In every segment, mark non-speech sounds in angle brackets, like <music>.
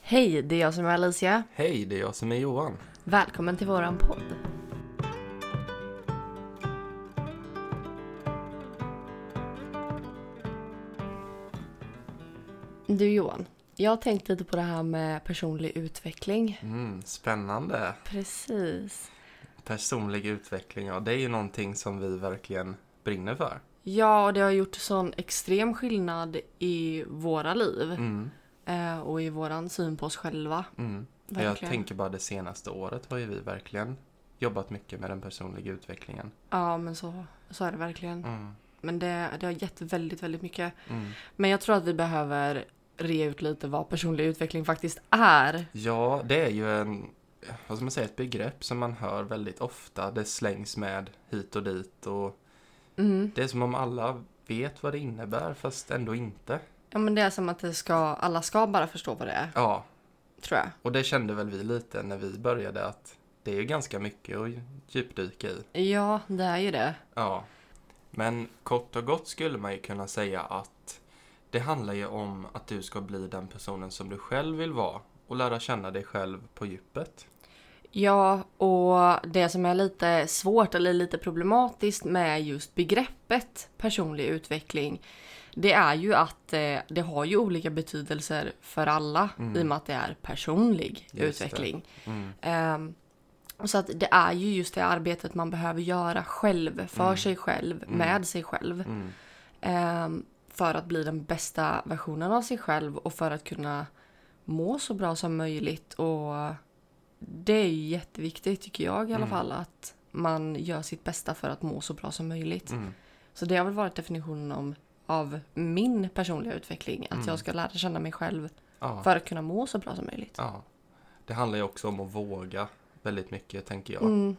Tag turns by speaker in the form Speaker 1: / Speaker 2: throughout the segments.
Speaker 1: Hej, det är jag som är Alicia.
Speaker 2: Hej, det är jag som är Johan.
Speaker 1: Välkommen till våran podd. Du Johan, jag har tänkt lite på det här med personlig utveckling.
Speaker 2: Mm, spännande.
Speaker 1: Precis.
Speaker 2: Personlig utveckling, ja det är ju någonting som vi verkligen brinner för.
Speaker 1: Ja, och det har gjort sån extrem skillnad i våra liv
Speaker 2: Mm,
Speaker 1: eh, och i våran syn på oss själva.
Speaker 2: mm. Jag
Speaker 1: Verkligen.
Speaker 2: tänker bara det senaste året har ju vi verkligen jobbat mycket med den personliga utvecklingen.
Speaker 1: Ja, men så, så är det verkligen.
Speaker 2: Mm,
Speaker 1: Men det, det har gett väldigt, väldigt mycket.
Speaker 2: mm.
Speaker 1: Men jag tror att vi behöver rea ut lite vad personlig utveckling faktiskt är.
Speaker 2: Ja, det är ju en, vad ska man säga, ett begrepp som man hör väldigt ofta. Det slängs med hit och dit och
Speaker 1: Mm.
Speaker 2: det är som om alla vet vad det innebär fast ändå inte.
Speaker 1: Ja men det är som att det ska, alla ska bara förstå vad det är,
Speaker 2: Ja,
Speaker 1: tror jag.
Speaker 2: Och det kände väl vi lite när vi började att det är ju ganska mycket att djupdyka i.
Speaker 1: Ja, det är ju det.
Speaker 2: Ja. Men kort och gott skulle man ju kunna säga att det handlar ju om att du ska bli den personen som du själv vill vara och lära känna dig själv på djupet.
Speaker 1: Ja, och det som är lite svårt eller lite problematiskt med just begreppet personlig utveckling, det är ju att eh, det har ju olika betydelser för alla i och med att det är personlig
Speaker 2: Mm. det.
Speaker 1: utveckling.
Speaker 2: Mm.
Speaker 1: Ehm, och så att det är ju just det arbetet man behöver göra själv, för sig själv, med sig själv.
Speaker 2: Mm.
Speaker 1: Ehm, för att bli den bästa versionen av sig själv och för att kunna må så bra som möjligt. Och det är ju jätteviktigt tycker jag i alla
Speaker 2: Mm.
Speaker 1: fall att man gör sitt bästa för att må så bra som möjligt.
Speaker 2: Mm.
Speaker 1: Så det har väl varit definitionen om, av min personliga utveckling. Att jag ska lära känna mig själv
Speaker 2: Mm. Ja.
Speaker 1: för att kunna må så bra som möjligt.
Speaker 2: ja. Det handlar ju också om att våga väldigt mycket, tänker jag.
Speaker 1: Mm,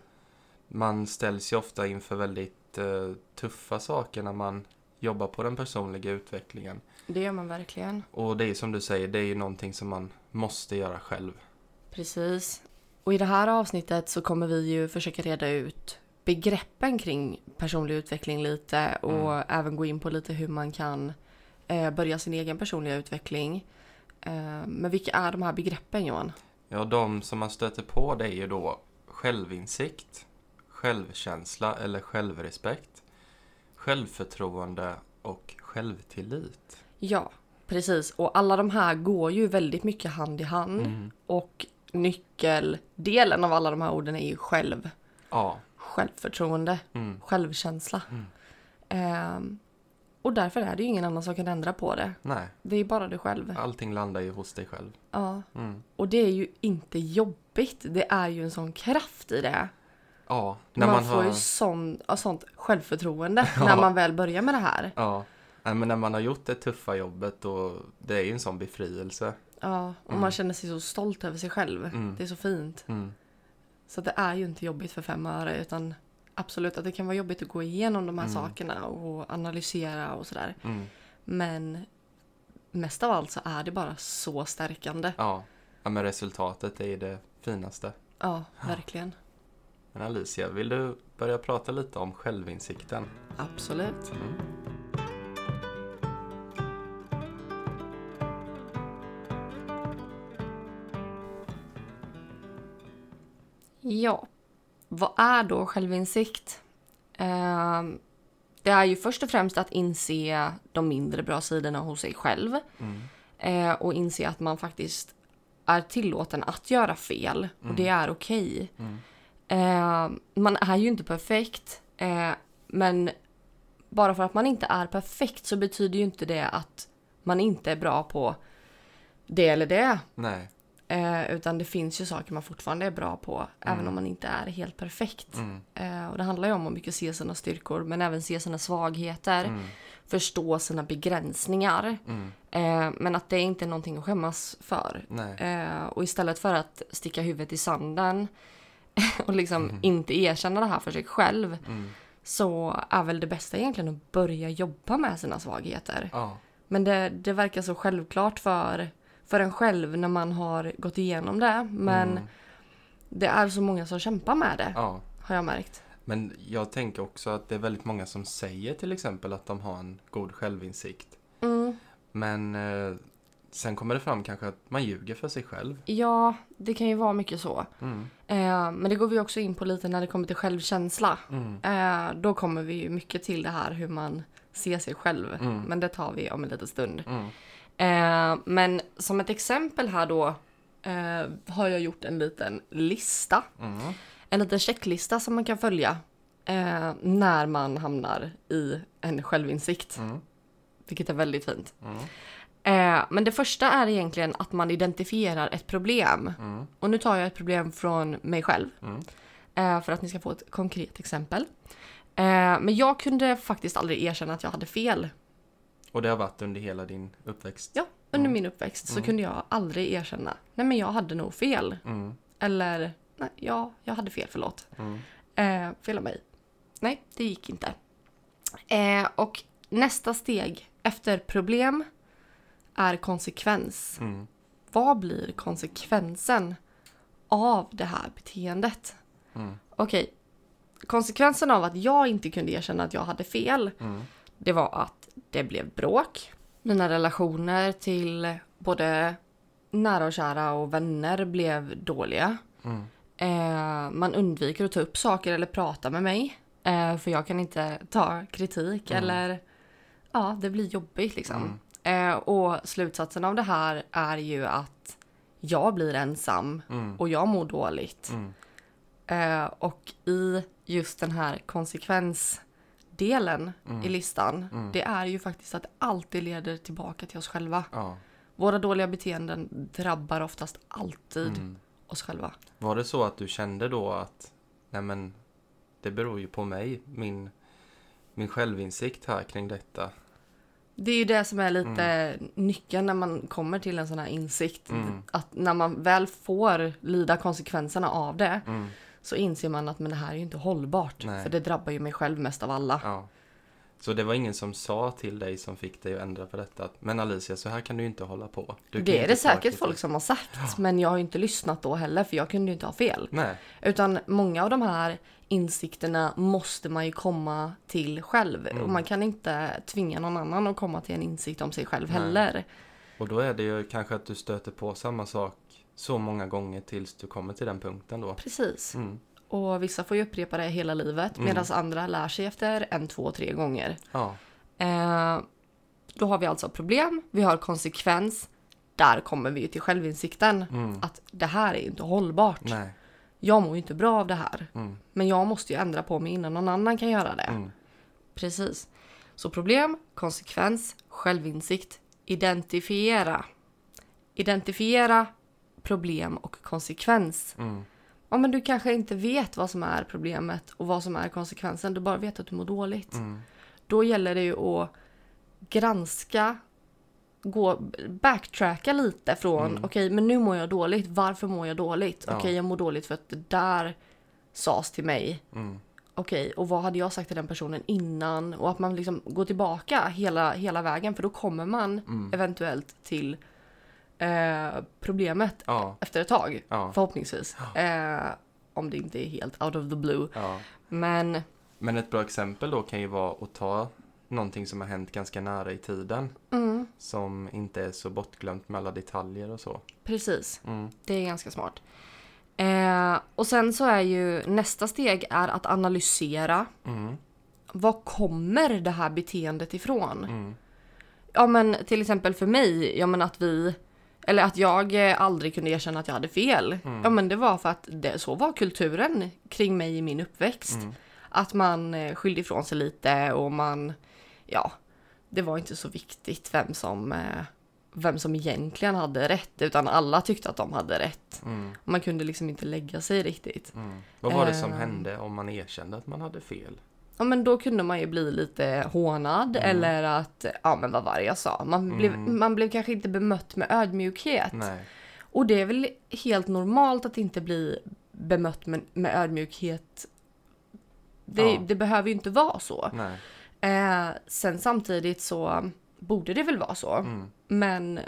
Speaker 2: Man ställs ju ofta inför väldigt eh, tuffa saker när man jobbar på den personliga utvecklingen.
Speaker 1: det gör man verkligen.
Speaker 2: Och det är ju som du säger, det är ju någonting som man måste göra själv.
Speaker 1: Precis. Och i det här avsnittet så kommer vi ju försöka reda ut begreppen kring personlig utveckling lite och
Speaker 2: Mm.
Speaker 1: även gå in på lite hur man kan eh, börja sin egen personliga utveckling. Eh, men vilka är de här begreppen Johan?
Speaker 2: Ja, de som man stöter på det är ju då självinsikt, självkänsla eller självrespekt, självförtroende och självtillit.
Speaker 1: Ja, precis. Och alla de här går ju väldigt mycket hand i hand
Speaker 2: Mm.
Speaker 1: och nyckeldelen av alla de här orden är ju själv.
Speaker 2: Ja,
Speaker 1: självförtroende,
Speaker 2: Mm.
Speaker 1: självkänsla. Ehm, och därför är det ju ingen annan som kan ändra på det.
Speaker 2: nej,
Speaker 1: Det är bara du själv. Ja.
Speaker 2: allting landar ju hos dig själv. Mm.
Speaker 1: Och det är ju inte jobbigt. Det är ju en sån kraft i det.
Speaker 2: Ja, när
Speaker 1: man,
Speaker 2: man,
Speaker 1: får
Speaker 2: har,
Speaker 1: ju sån, ja, sånt
Speaker 2: <laughs>
Speaker 1: självförtroende när man väl börjar med det här.
Speaker 2: ja, nej, men när man har gjort det tuffa jobbet och det är ju en sån befrielse.
Speaker 1: Ja, och man känner sig så stolt över sig själv. Det är så fint.
Speaker 2: Mm.
Speaker 1: Så att det är ju inte jobbigt för fem öre utan absolut att det kan vara jobbigt att gå igenom de här sakerna och analysera och sådär.
Speaker 2: Mm.
Speaker 1: Men mest av allt så är det bara så stärkande.
Speaker 2: Ja. ja, men resultatet är ju det finaste.
Speaker 1: Ja, verkligen.
Speaker 2: Men Alicia, vill du börja prata lite om självinsikten?
Speaker 1: Absolut. Ja, vad är då självinsikt? Ehm, det är ju först och främst att inse de mindre bra sidorna hos sig själv Eh, och inse att man faktiskt är tillåten att göra fel och det är okej. Eh, man är ju inte perfekt. Eh, men bara för att man inte är perfekt så betyder ju inte det att man inte är bra på det eller det.
Speaker 2: Nej.
Speaker 1: Eh, utan det finns ju saker man fortfarande är bra på även om man inte är helt perfekt. Eh, och det handlar ju om att mycket se sina styrkor men även se sina svagheter. Förstå sina begränsningar. Eh, men att det inte är någonting att skämmas för.
Speaker 2: Nej.
Speaker 1: Eh, och istället för att sticka huvudet i sanden <laughs> och liksom inte erkänna det här för sig själv så är väl det bästa egentligen att börja jobba med sina svagheter.
Speaker 2: Ja.
Speaker 1: Men det, det verkar så självklart för, för en själv när man har gått igenom det. Men det är så många som kämpar med det,
Speaker 2: ja.
Speaker 1: har jag märkt.
Speaker 2: Men jag tänker också att det är väldigt många som
Speaker 1: Mm.
Speaker 2: säger till exempel att de har en god självinsikt. Men eh, Sen kommer det fram kanske att man ljuger för sig själv.
Speaker 1: Ja, det kan ju vara mycket så.
Speaker 2: Mm.
Speaker 1: Eh, men det går vi också in på lite när det kommer till självkänsla.
Speaker 2: Mm.
Speaker 1: Eh, då kommer vi ju mycket till det här hur man ser sig själv.
Speaker 2: Mm.
Speaker 1: Men det tar vi om en liten stund.
Speaker 2: Mm.
Speaker 1: Eh, men som ett exempel här då eh, har jag gjort en liten lista.
Speaker 2: Mm.
Speaker 1: En liten checklista som man kan följa eh, när man hamnar i en självinsikt.
Speaker 2: Mm.
Speaker 1: Vilket är väldigt fint.
Speaker 2: Mm.
Speaker 1: Eh, men det första är egentligen att man identifierar ett problem.
Speaker 2: Mm.
Speaker 1: Och nu tar jag ett problem från mig själv.
Speaker 2: Mm.
Speaker 1: Eh, för att ni ska få ett konkret exempel. Eh, men jag kunde faktiskt aldrig erkänna att jag hade fel.
Speaker 2: Och det har varit under hela din uppväxt.
Speaker 1: Ja, under min uppväxt så kunde jag aldrig erkänna. Nej men jag hade nog fel.
Speaker 2: Mm.
Speaker 1: Eller, nej, ja, jag hade fel, förlåt.
Speaker 2: Mm.
Speaker 1: Eh, fel av mig. Nej, det gick inte. Eh, och nästa steg efter problem är konsekvens.
Speaker 2: Mm.
Speaker 1: Vad blir konsekvensen av det här beteendet?
Speaker 2: Mm.
Speaker 1: Okej, konsekvensen av att jag inte kunde erkänna att jag hade fel,
Speaker 2: Mm.
Speaker 1: det var att det blev bråk. Mina relationer till både nära och kära och vänner blev dåliga.
Speaker 2: Mm.
Speaker 1: Eh, man undviker att ta upp saker eller prata med mig. Eh, för jag kan inte ta kritik
Speaker 2: Mm.
Speaker 1: eller... Ja, det blir jobbigt liksom. Eh, och slutsatsen av det här är ju att jag blir ensam
Speaker 2: Mm.
Speaker 1: och jag mår dåligt.
Speaker 2: Mm.
Speaker 1: Eh, och i just den här konsekvensdelen
Speaker 2: Mm.
Speaker 1: i listan, det är ju faktiskt att det alltid leder tillbaka till oss själva.
Speaker 2: Ja.
Speaker 1: Våra dåliga beteenden drabbar oftast alltid
Speaker 2: Mm.
Speaker 1: oss själva.
Speaker 2: Var det så att du kände då att nej men, det beror ju på mig, min, min självinsikt här kring detta.
Speaker 1: Det är ju det som är lite
Speaker 2: Mm.
Speaker 1: nyckeln när man kommer till en sån här insikt. Att när man väl får lida konsekvenserna av det så inser man att men det här är ju inte hållbart.
Speaker 2: Mm. Nej.
Speaker 1: För det drabbar ju mig själv mest av alla.
Speaker 2: Ja. Så det var ingen som sa till dig som fick dig att ändra på detta att men Alicia, så här kan du ju inte hålla på. Du kan ju
Speaker 1: det är
Speaker 2: inte
Speaker 1: det
Speaker 2: ta
Speaker 1: säkert
Speaker 2: kritik."
Speaker 1: folk som har sagt men jag har ju inte lyssnat då heller för jag kunde ju inte ha fel.
Speaker 2: Nej.
Speaker 1: Utan många av de här insikterna måste man ju komma till själv.
Speaker 2: Mm.
Speaker 1: Och man kan inte tvinga någon annan att komma till en insikt om sig själv
Speaker 2: Nej.
Speaker 1: heller.
Speaker 2: Och då är det ju kanske att du stöter på samma sak så många gånger tills du kommer till den punkten då.
Speaker 1: Precis.
Speaker 2: Mm.
Speaker 1: Och vissa får ju upprepa det hela livet medan andra lär sig efter en, två, tre gånger.
Speaker 2: Ja.
Speaker 1: Eh, då har vi alltså problem, vi har konsekvens. Där kommer vi ju till självinsikten.
Speaker 2: Mm.
Speaker 1: Att det här är ju inte hållbart.
Speaker 2: Nej.
Speaker 1: Jag mår ju inte bra av det här.
Speaker 2: Mm.
Speaker 1: Men jag måste ju ändra på mig innan någon annan kan göra det.
Speaker 2: Mm.
Speaker 1: Precis. Så problem, konsekvens, självinsikt, identifiera. Identifiera problem och konsekvens.
Speaker 2: Mm.
Speaker 1: Ja, men du kanske inte vet vad som är problemet och vad som är konsekvensen. Du bara vet att du mår dåligt.
Speaker 2: Mm.
Speaker 1: Då gäller det ju att granska, gå, backtracka lite från okej, men nu mår jag dåligt. Varför mår jag dåligt?
Speaker 2: Mm. Ja.
Speaker 1: Okej, jag mår dåligt för att det där sades till mig.
Speaker 2: Mm.
Speaker 1: Okej, och vad hade jag sagt till den personen innan? Och att man liksom går tillbaka hela, hela vägen för då kommer man
Speaker 2: Mm.
Speaker 1: eventuellt till eh, problemet
Speaker 2: Ja.
Speaker 1: efter ett tag.
Speaker 2: Ja.
Speaker 1: Förhoppningsvis. Eh, om det inte är helt out of the blue.
Speaker 2: Ja.
Speaker 1: Men
Speaker 2: Men ett bra exempel då kan ju vara att ta någonting som har hänt ganska nära i tiden.
Speaker 1: mm,
Speaker 2: Som inte är så bortglömt med alla detaljer och så.
Speaker 1: precis,
Speaker 2: Mm.
Speaker 1: det är ganska smart. Eh, och sen så är ju nästa steg är att analysera.
Speaker 2: Mm.
Speaker 1: Vad kommer det här beteendet ifrån?
Speaker 2: Mm.
Speaker 1: Ja men till exempel för mig, ja men att vi eller att jag eh, aldrig kunde erkänna att jag hade fel.
Speaker 2: Mm.
Speaker 1: Ja men det var för att det, så var kulturen kring mig i min uppväxt.
Speaker 2: Mm.
Speaker 1: Att man eh, skyllde ifrån sig lite och man, ja, det var inte så viktigt vem som, eh, vem som egentligen hade rätt utan alla tyckte att de hade rätt.
Speaker 2: Mm.
Speaker 1: Man kunde liksom inte lägga sig riktigt.
Speaker 2: Mm. Vad var det som
Speaker 1: Ehm.
Speaker 2: hände om man erkände att man hade fel?
Speaker 1: Ja men då kunde man ju bli lite hånad
Speaker 2: Mm.
Speaker 1: eller att, ja men vad var det jag sa? Man, blev, man blev kanske inte bemött med ödmjukhet.
Speaker 2: Nej.
Speaker 1: Och det är väl helt normalt att inte bli bemött med, med ödmjukhet. Det,
Speaker 2: Ja.
Speaker 1: det behöver ju inte vara så.
Speaker 2: Nej.
Speaker 1: Eh, sen samtidigt så borde det väl vara så.
Speaker 2: Mm.
Speaker 1: Men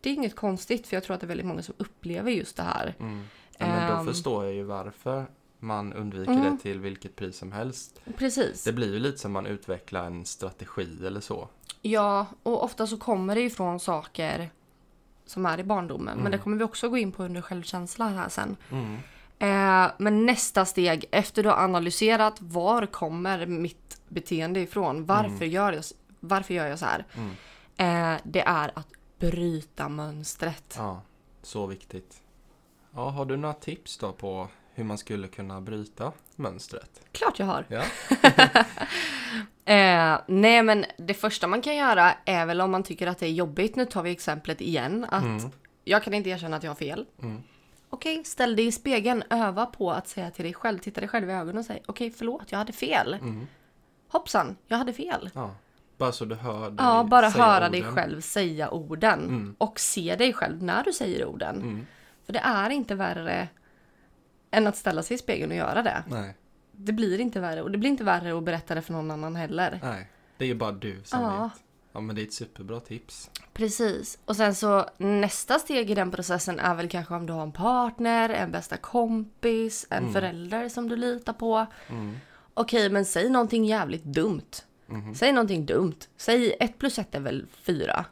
Speaker 1: det är inget konstigt för jag tror att det är väldigt många som upplever just det här.
Speaker 2: Mm. Ja, men
Speaker 1: Ehm.
Speaker 2: då förstår jag ju varför man undviker
Speaker 1: Mm.
Speaker 2: det till vilket pris som helst.
Speaker 1: Precis.
Speaker 2: Det blir ju lite som man utvecklar en strategi eller så.
Speaker 1: Ja, och ofta så kommer det ifrån saker som är i barndomen. Men det kommer vi också gå in på under självkänsla här sen.
Speaker 2: Mm.
Speaker 1: Eh, men nästa steg, efter du har analyserat var kommer mitt beteende ifrån? Varför, gör, jag, varför gör jag så här?
Speaker 2: Mm.
Speaker 1: Eh, det är att bryta mönstret.
Speaker 2: Ja, så viktigt. Ja, har du några tips då på hur man skulle kunna bryta mönstret?
Speaker 1: Klart jag har!
Speaker 2: Ja.
Speaker 1: <laughs> Eh, nej men det första man kan göra är väl om man tycker att det är jobbigt, nu tar vi exemplet igen, att jag kan inte erkänna att jag har fel.
Speaker 2: Mm.
Speaker 1: Okej, ställ dig i spegeln, öva på att säga till dig själv, titta dig själv i ögonen och säg okej förlåt, jag hade fel.
Speaker 2: Mm.
Speaker 1: Hoppsan, jag hade fel.
Speaker 2: ja. Bara så du hör dig
Speaker 1: Ja, bara
Speaker 2: säga
Speaker 1: höra
Speaker 2: orden.
Speaker 1: dig själv säga orden
Speaker 2: Mm.
Speaker 1: och se dig själv när du säger orden.
Speaker 2: Mm.
Speaker 1: För det är inte värre än att ställa sig i spegeln och göra det.
Speaker 2: Nej,
Speaker 1: Det blir inte värre och det blir inte värre att berätta det för någon annan heller.
Speaker 2: nej. Det är ju bara du som
Speaker 1: Ja.
Speaker 2: vet. Ja, men det är ett superbra tips.
Speaker 1: Precis. Och sen så nästa steg i den processen är väl kanske om du har en partner, en bästa kompis, en
Speaker 2: Mm.
Speaker 1: förälder som du litar på. Okej, men säg någonting jävligt dumt.
Speaker 2: Mm-hmm.
Speaker 1: Säg någonting dumt. Säg ett plus ett är väl
Speaker 2: <laughs>
Speaker 1: fyra.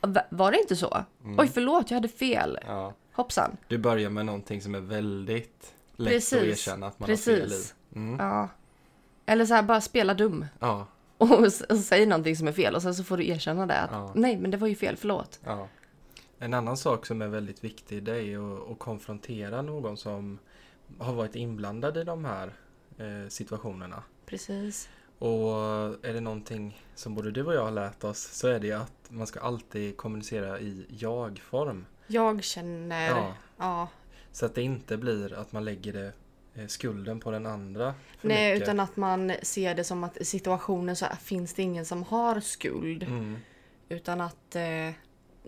Speaker 1: Va- Var det inte så?
Speaker 2: Mm.
Speaker 1: Oj, förlåt, jag hade fel.
Speaker 2: Ja.
Speaker 1: Hoppsan.
Speaker 2: Du börjar med någonting som är väldigt lätt att
Speaker 1: Precis.
Speaker 2: erkänna att man har fel
Speaker 1: Precis.
Speaker 2: i. Mm.
Speaker 1: Ja. Eller så här, bara spela dum <laughs>
Speaker 2: Ja,
Speaker 1: och, s- och säg någonting som är fel och sen så får du erkänna det. Att,
Speaker 2: Ja.
Speaker 1: Nej, men det var ju fel, förlåt.
Speaker 2: ja. En annan sak som är väldigt viktig det är ju att, att konfrontera någon som har varit inblandad i de här eh, situationerna.
Speaker 1: Precis.
Speaker 2: Och är det någonting som både du och jag har lärt oss så är det ju att man ska alltid kommunicera i jag-form.
Speaker 1: Jag känner...
Speaker 2: Ja.
Speaker 1: ja.
Speaker 2: Så att det inte blir att man lägger det, eh, skulden på den andra för
Speaker 1: Nej,
Speaker 2: mycket.
Speaker 1: utan att man ser det som att i situationen så finns det ingen som har skuld.
Speaker 2: Mm,
Speaker 1: Utan att eh,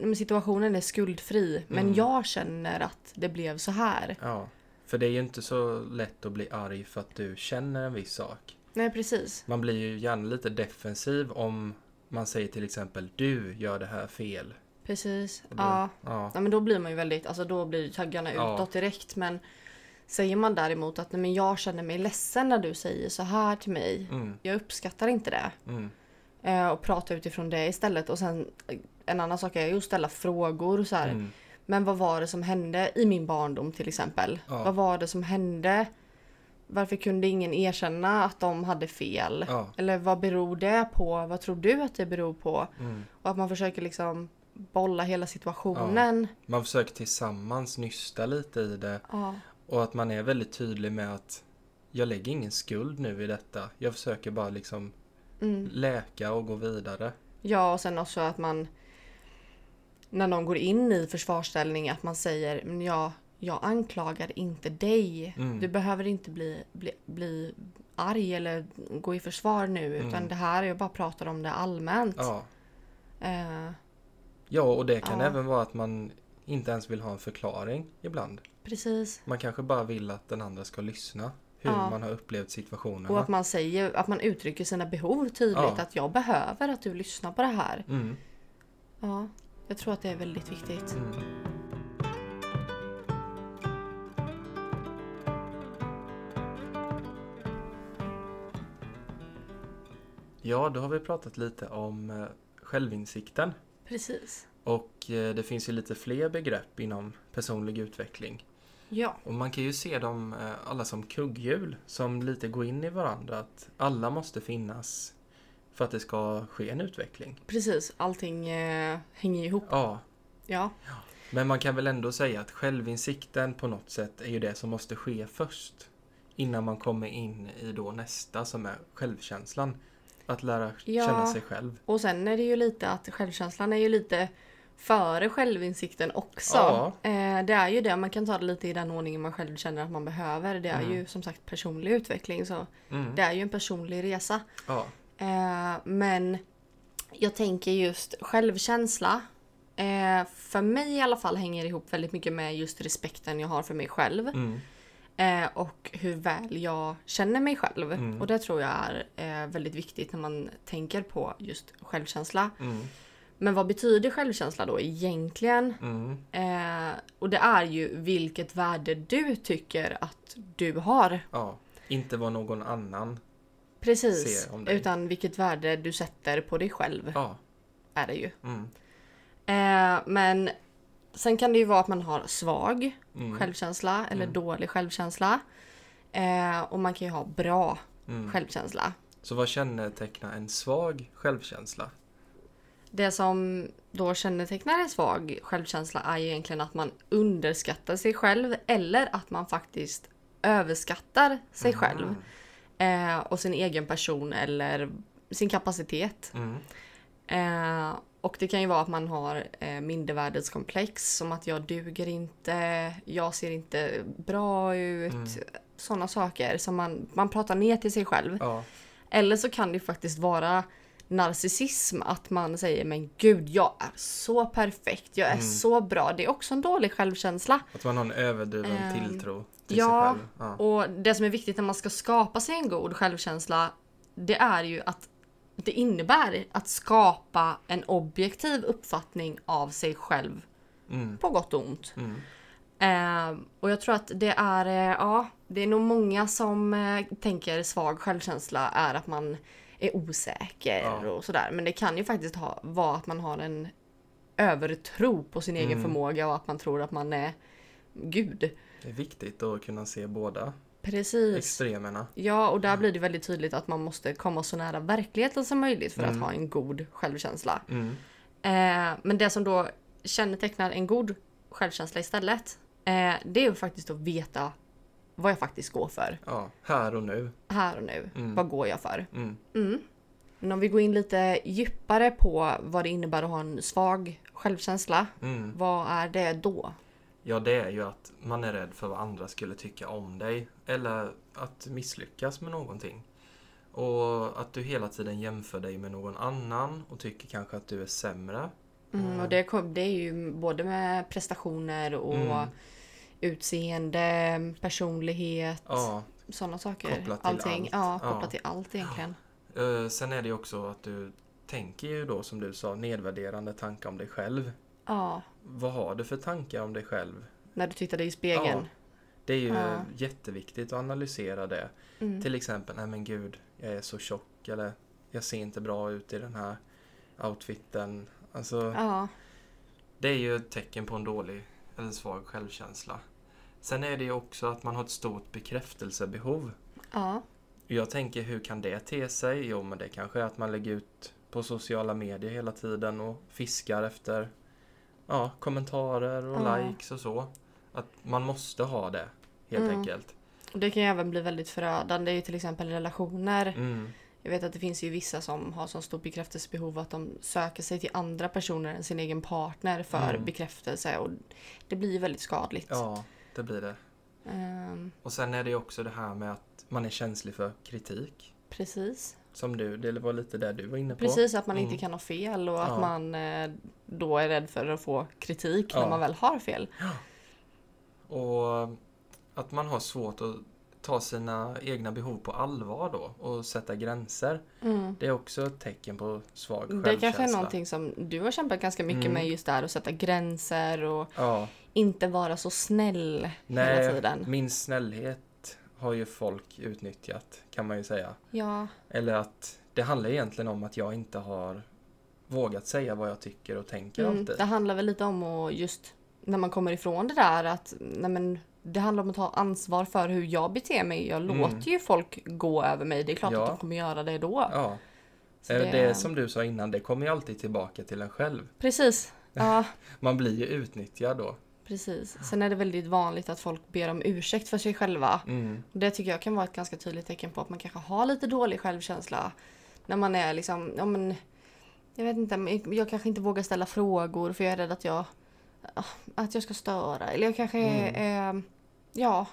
Speaker 1: men situationen är skuldfri. Men
Speaker 2: Mm.
Speaker 1: jag känner att det blev så här.
Speaker 2: ja. För det är ju inte så lätt att bli arg för att du känner en viss sak.
Speaker 1: Nej, precis.
Speaker 2: Man blir ju gärna lite defensiv om man säger till exempel du gör det här fel.
Speaker 1: Precis.
Speaker 2: Och då-
Speaker 1: Ja.
Speaker 2: ja.
Speaker 1: ja, men då blir man ju väldigt, alltså då blir taggarna
Speaker 2: Ja.
Speaker 1: utåt direkt. Men säger man däremot att nej, men jag känner mig ledsen när du säger så här till mig.
Speaker 2: Mm,
Speaker 1: Jag uppskattar inte det.
Speaker 2: mm,
Speaker 1: Eh, och prata utifrån det istället. Och sen eh, en annan sak är ju att ställa frågor. Så här.
Speaker 2: mm,
Speaker 1: Men vad var det som hände i min barndom till exempel?
Speaker 2: Ja.
Speaker 1: Vad var det som hände? Varför kunde ingen erkänna att de hade fel?
Speaker 2: ja.
Speaker 1: Eller vad beror det på? Vad tror du att det beror på?
Speaker 2: Mm.
Speaker 1: Och att man försöker liksom bolla hela situationen.
Speaker 2: Man försöker tillsammans nysta lite i det
Speaker 1: Ja,
Speaker 2: Och att man är väldigt tydlig med att jag lägger ingen skuld nu i detta. Jag försöker bara liksom
Speaker 1: mm.
Speaker 2: läka och gå vidare.
Speaker 1: ja och sen också att man när någon går in i försvarsställning att man säger "Men ja, jag anklagar inte dig.
Speaker 2: Mm.
Speaker 1: Du behöver inte bli, bli, bli arg eller gå i försvar nu utan det här, jag bara pratar om det allmänt.
Speaker 2: Mm. Ja,
Speaker 1: Eh,
Speaker 2: ja och det kan
Speaker 1: Ja.
Speaker 2: även vara att man inte ens vill ha en förklaring ibland.
Speaker 1: precis.
Speaker 2: Man kanske bara vill att den andra ska lyssna hur
Speaker 1: Ja.
Speaker 2: man har upplevt
Speaker 1: Och
Speaker 2: situationerna.
Speaker 1: att man säger, att man uttrycker sina behov tydligt.
Speaker 2: Ja.
Speaker 1: Att jag behöver att du lyssnar på det här.
Speaker 2: Mm,
Speaker 1: Ja, jag tror att det är väldigt viktigt.
Speaker 2: mm. Ja, då har vi pratat lite om eh, självinsikten.
Speaker 1: Precis.
Speaker 2: Och eh, det finns ju lite fler begrepp inom personlig utveckling.
Speaker 1: Ja.
Speaker 2: Och man kan ju se dem eh, alla som kugghjul som lite går in i varandra. Att alla måste finnas för att det ska ske en utveckling.
Speaker 1: Precis, allting eh, hänger ihop.
Speaker 2: Ja,
Speaker 1: Ja,
Speaker 2: men man kan väl ändå säga att självinsikten på något sätt är ju det som måste ske först. Innan man kommer in i då nästa som är självkänslan. Att lära
Speaker 1: Ja.
Speaker 2: känna sig själv.
Speaker 1: och sen är det ju lite att självkänslan är ju lite före självinsikten också.
Speaker 2: Ja.
Speaker 1: Eh, det är ju det, man kan ta det lite i den ordningen man själv känner att man behöver. Det är
Speaker 2: Mm.
Speaker 1: ju som sagt personlig utveckling så
Speaker 2: Mm.
Speaker 1: det är ju en personlig resa.
Speaker 2: Ja,
Speaker 1: Eh, men jag tänker just självkänsla. Eh, för mig i alla fall hänger ihop väldigt mycket med just respekten jag har för mig själv.
Speaker 2: mm.
Speaker 1: Eh, och hur väl jag känner mig själv.
Speaker 2: Mm.
Speaker 1: Och det tror jag är eh, väldigt viktigt när man tänker på just självkänsla.
Speaker 2: Mm.
Speaker 1: Men vad betyder självkänsla då egentligen?
Speaker 2: Mm.
Speaker 1: Eh, och det är ju vilket värde du tycker att du har.
Speaker 2: ja. Inte vara någon annan.
Speaker 1: Precis.
Speaker 2: Se om dig.
Speaker 1: Utan vilket värde du sätter på dig själv
Speaker 2: Ja.
Speaker 1: är det ju.
Speaker 2: Mm.
Speaker 1: Eh, men sen kan det ju vara att man har svag
Speaker 2: Mm.
Speaker 1: självkänsla eller dålig självkänsla. Eh, och man kan ju ha bra
Speaker 2: Mm.
Speaker 1: självkänsla.
Speaker 2: Så vad kännetecknar en svag självkänsla?
Speaker 1: Det som då kännetecknar en svag självkänsla är ju egentligen att man underskattar sig själv eller att man faktiskt överskattar sig själv eh, och sin egen person eller sin kapacitet.
Speaker 2: Mm.
Speaker 1: Eh, och det kan ju vara att man har eh, mindervärdeskomplex som att jag duger inte, jag ser inte bra ut. Sådana saker som man, man pratar ner till sig själv.
Speaker 2: Ja.
Speaker 1: Eller så kan det ju faktiskt vara narcissism, att man säger men gud jag är så perfekt, jag är så bra. Det är också en dålig självkänsla.
Speaker 2: Att man har en överdriven
Speaker 1: Ehm,
Speaker 2: tilltro till
Speaker 1: ja,
Speaker 2: sig själv. Ja.
Speaker 1: Och det som är viktigt när man ska skapa sig en god självkänsla, det är ju att det innebär att skapa en objektiv uppfattning av sig själv
Speaker 2: Mm.
Speaker 1: på gott och ont.
Speaker 2: Mm.
Speaker 1: Eh, och jag tror att det är, eh, ja, det är nog många som eh, tänker svag självkänsla är att man är osäker
Speaker 2: Ja.
Speaker 1: och sådär. Men det kan ju faktiskt ha, vara att man har en övertro på sin
Speaker 2: Mm.
Speaker 1: egen förmåga och att man tror att man är gud.
Speaker 2: Det är viktigt att kunna se båda
Speaker 1: Precis.
Speaker 2: extremerna.
Speaker 1: Ja, och där blir det väldigt tydligt att man måste komma så nära verkligheten som möjligt för att ha en god självkänsla.
Speaker 2: Mm.
Speaker 1: Eh, men det som då kännetecknar en god självkänsla istället, eh, det är ju faktiskt att veta vad jag faktiskt går för.
Speaker 2: Ja, här och nu.
Speaker 1: Här och nu. Vad går jag för?
Speaker 2: Mm.
Speaker 1: Men om vi går in lite djupare på vad det innebär att ha en svag självkänsla.
Speaker 2: Mm.
Speaker 1: Vad är det då?
Speaker 2: Ja, det är ju att man är rädd för vad andra skulle tycka om dig eller att misslyckas med någonting. Och att du hela tiden jämför dig med någon annan och tycker kanske att du är sämre.
Speaker 1: Mm, och det, kom, det är ju både med prestationer och
Speaker 2: Mm.
Speaker 1: utseende, personlighet,
Speaker 2: Ja,
Speaker 1: sådana saker.
Speaker 2: Kopplat till
Speaker 1: allting.
Speaker 2: allt.
Speaker 1: Ja,
Speaker 2: Ja.
Speaker 1: kopplat till allt egentligen.
Speaker 2: Eh, Sen är det ju också att du tänker ju då som du sa nedvärderande tankar om dig själv.
Speaker 1: Ja,
Speaker 2: Vad har du för tankar om dig själv?
Speaker 1: när du tittade i spegeln.
Speaker 2: Det är ju
Speaker 1: Ja.
Speaker 2: jätteviktigt att analysera det.
Speaker 1: Mm.
Speaker 2: Till exempel, nej men gud, jag är så tjock eller jag ser inte bra ut i den här outfiten. Alltså,
Speaker 1: Ja.
Speaker 2: det är ju ett tecken på en dålig eller en svag självkänsla. Sen är det ju också att man har ett stort bekräftelsebehov.
Speaker 1: ja.
Speaker 2: Jag tänker, hur kan det te sig? Jo, men det kanske är att man lägger ut på sociala medier hela tiden och fiskar efter ja, kommentarer och
Speaker 1: Ja.
Speaker 2: likes och så. Att man måste ha det, helt
Speaker 1: Mm.
Speaker 2: enkelt.
Speaker 1: Och det kan ju även bli väldigt förödande i till exempel relationer.
Speaker 2: Mm.
Speaker 1: Jag vet att det finns ju vissa som har så stort bekräftelsebehov att de söker sig till andra personer än sin egen partner för
Speaker 2: Mm.
Speaker 1: bekräftelse och det blir väldigt skadligt.
Speaker 2: Ja, det blir det.
Speaker 1: Ehm,
Speaker 2: Och sen är det ju också det här med att man är känslig för kritik.
Speaker 1: precis.
Speaker 2: Som du, det var lite det du var inne på.
Speaker 1: Precis, att man inte
Speaker 2: Mm.
Speaker 1: kan ha fel och att
Speaker 2: Ja.
Speaker 1: man eh, då är rädd för att få kritik
Speaker 2: Ja.
Speaker 1: när man väl har fel.
Speaker 2: Och att man har svårt att ta sina egna behov på allvar då och sätta gränser.
Speaker 1: Mm.
Speaker 2: Det är också ett tecken på
Speaker 1: Det
Speaker 2: svag självkänsla.
Speaker 1: kanske är någonting som du har kämpat ganska mycket
Speaker 2: Mm.
Speaker 1: med just där att sätta gränser och
Speaker 2: Ja.
Speaker 1: inte vara så snäll hela
Speaker 2: Nej,
Speaker 1: tiden.
Speaker 2: min snällhet har ju folk utnyttjat kan man ju säga.
Speaker 1: Ja,
Speaker 2: Eller att det handlar egentligen om att jag inte har vågat säga vad jag tycker och tänker
Speaker 1: Mm,
Speaker 2: alltid.
Speaker 1: det handlar väl lite om att just när man kommer ifrån det där att nej men, det handlar om att ta ansvar för hur jag beter mig. Jag
Speaker 2: Mm.
Speaker 1: låter ju folk gå över mig. Det är klart
Speaker 2: Ja.
Speaker 1: att de kommer göra det då.
Speaker 2: Ja.
Speaker 1: Så
Speaker 2: Det...
Speaker 1: det-
Speaker 2: det som du sa innan, det kommer ju alltid tillbaka till en själv.
Speaker 1: Precis.
Speaker 2: <laughs>
Speaker 1: Ja,
Speaker 2: Man blir ju utnyttjad då.
Speaker 1: precis. Sen är det väldigt vanligt att folk ber om ursäkt för sig själva.
Speaker 2: Mm.
Speaker 1: Och Det tycker jag kan vara ett ganska tydligt tecken på att man kanske har lite dålig självkänsla. När man är liksom, ja men, jag vet inte, men jag kanske inte vågar ställa frågor för jag är rädd att jag, ah, att jag ska störa. Eller jag kanske
Speaker 2: Mm.
Speaker 1: är, eh, ja,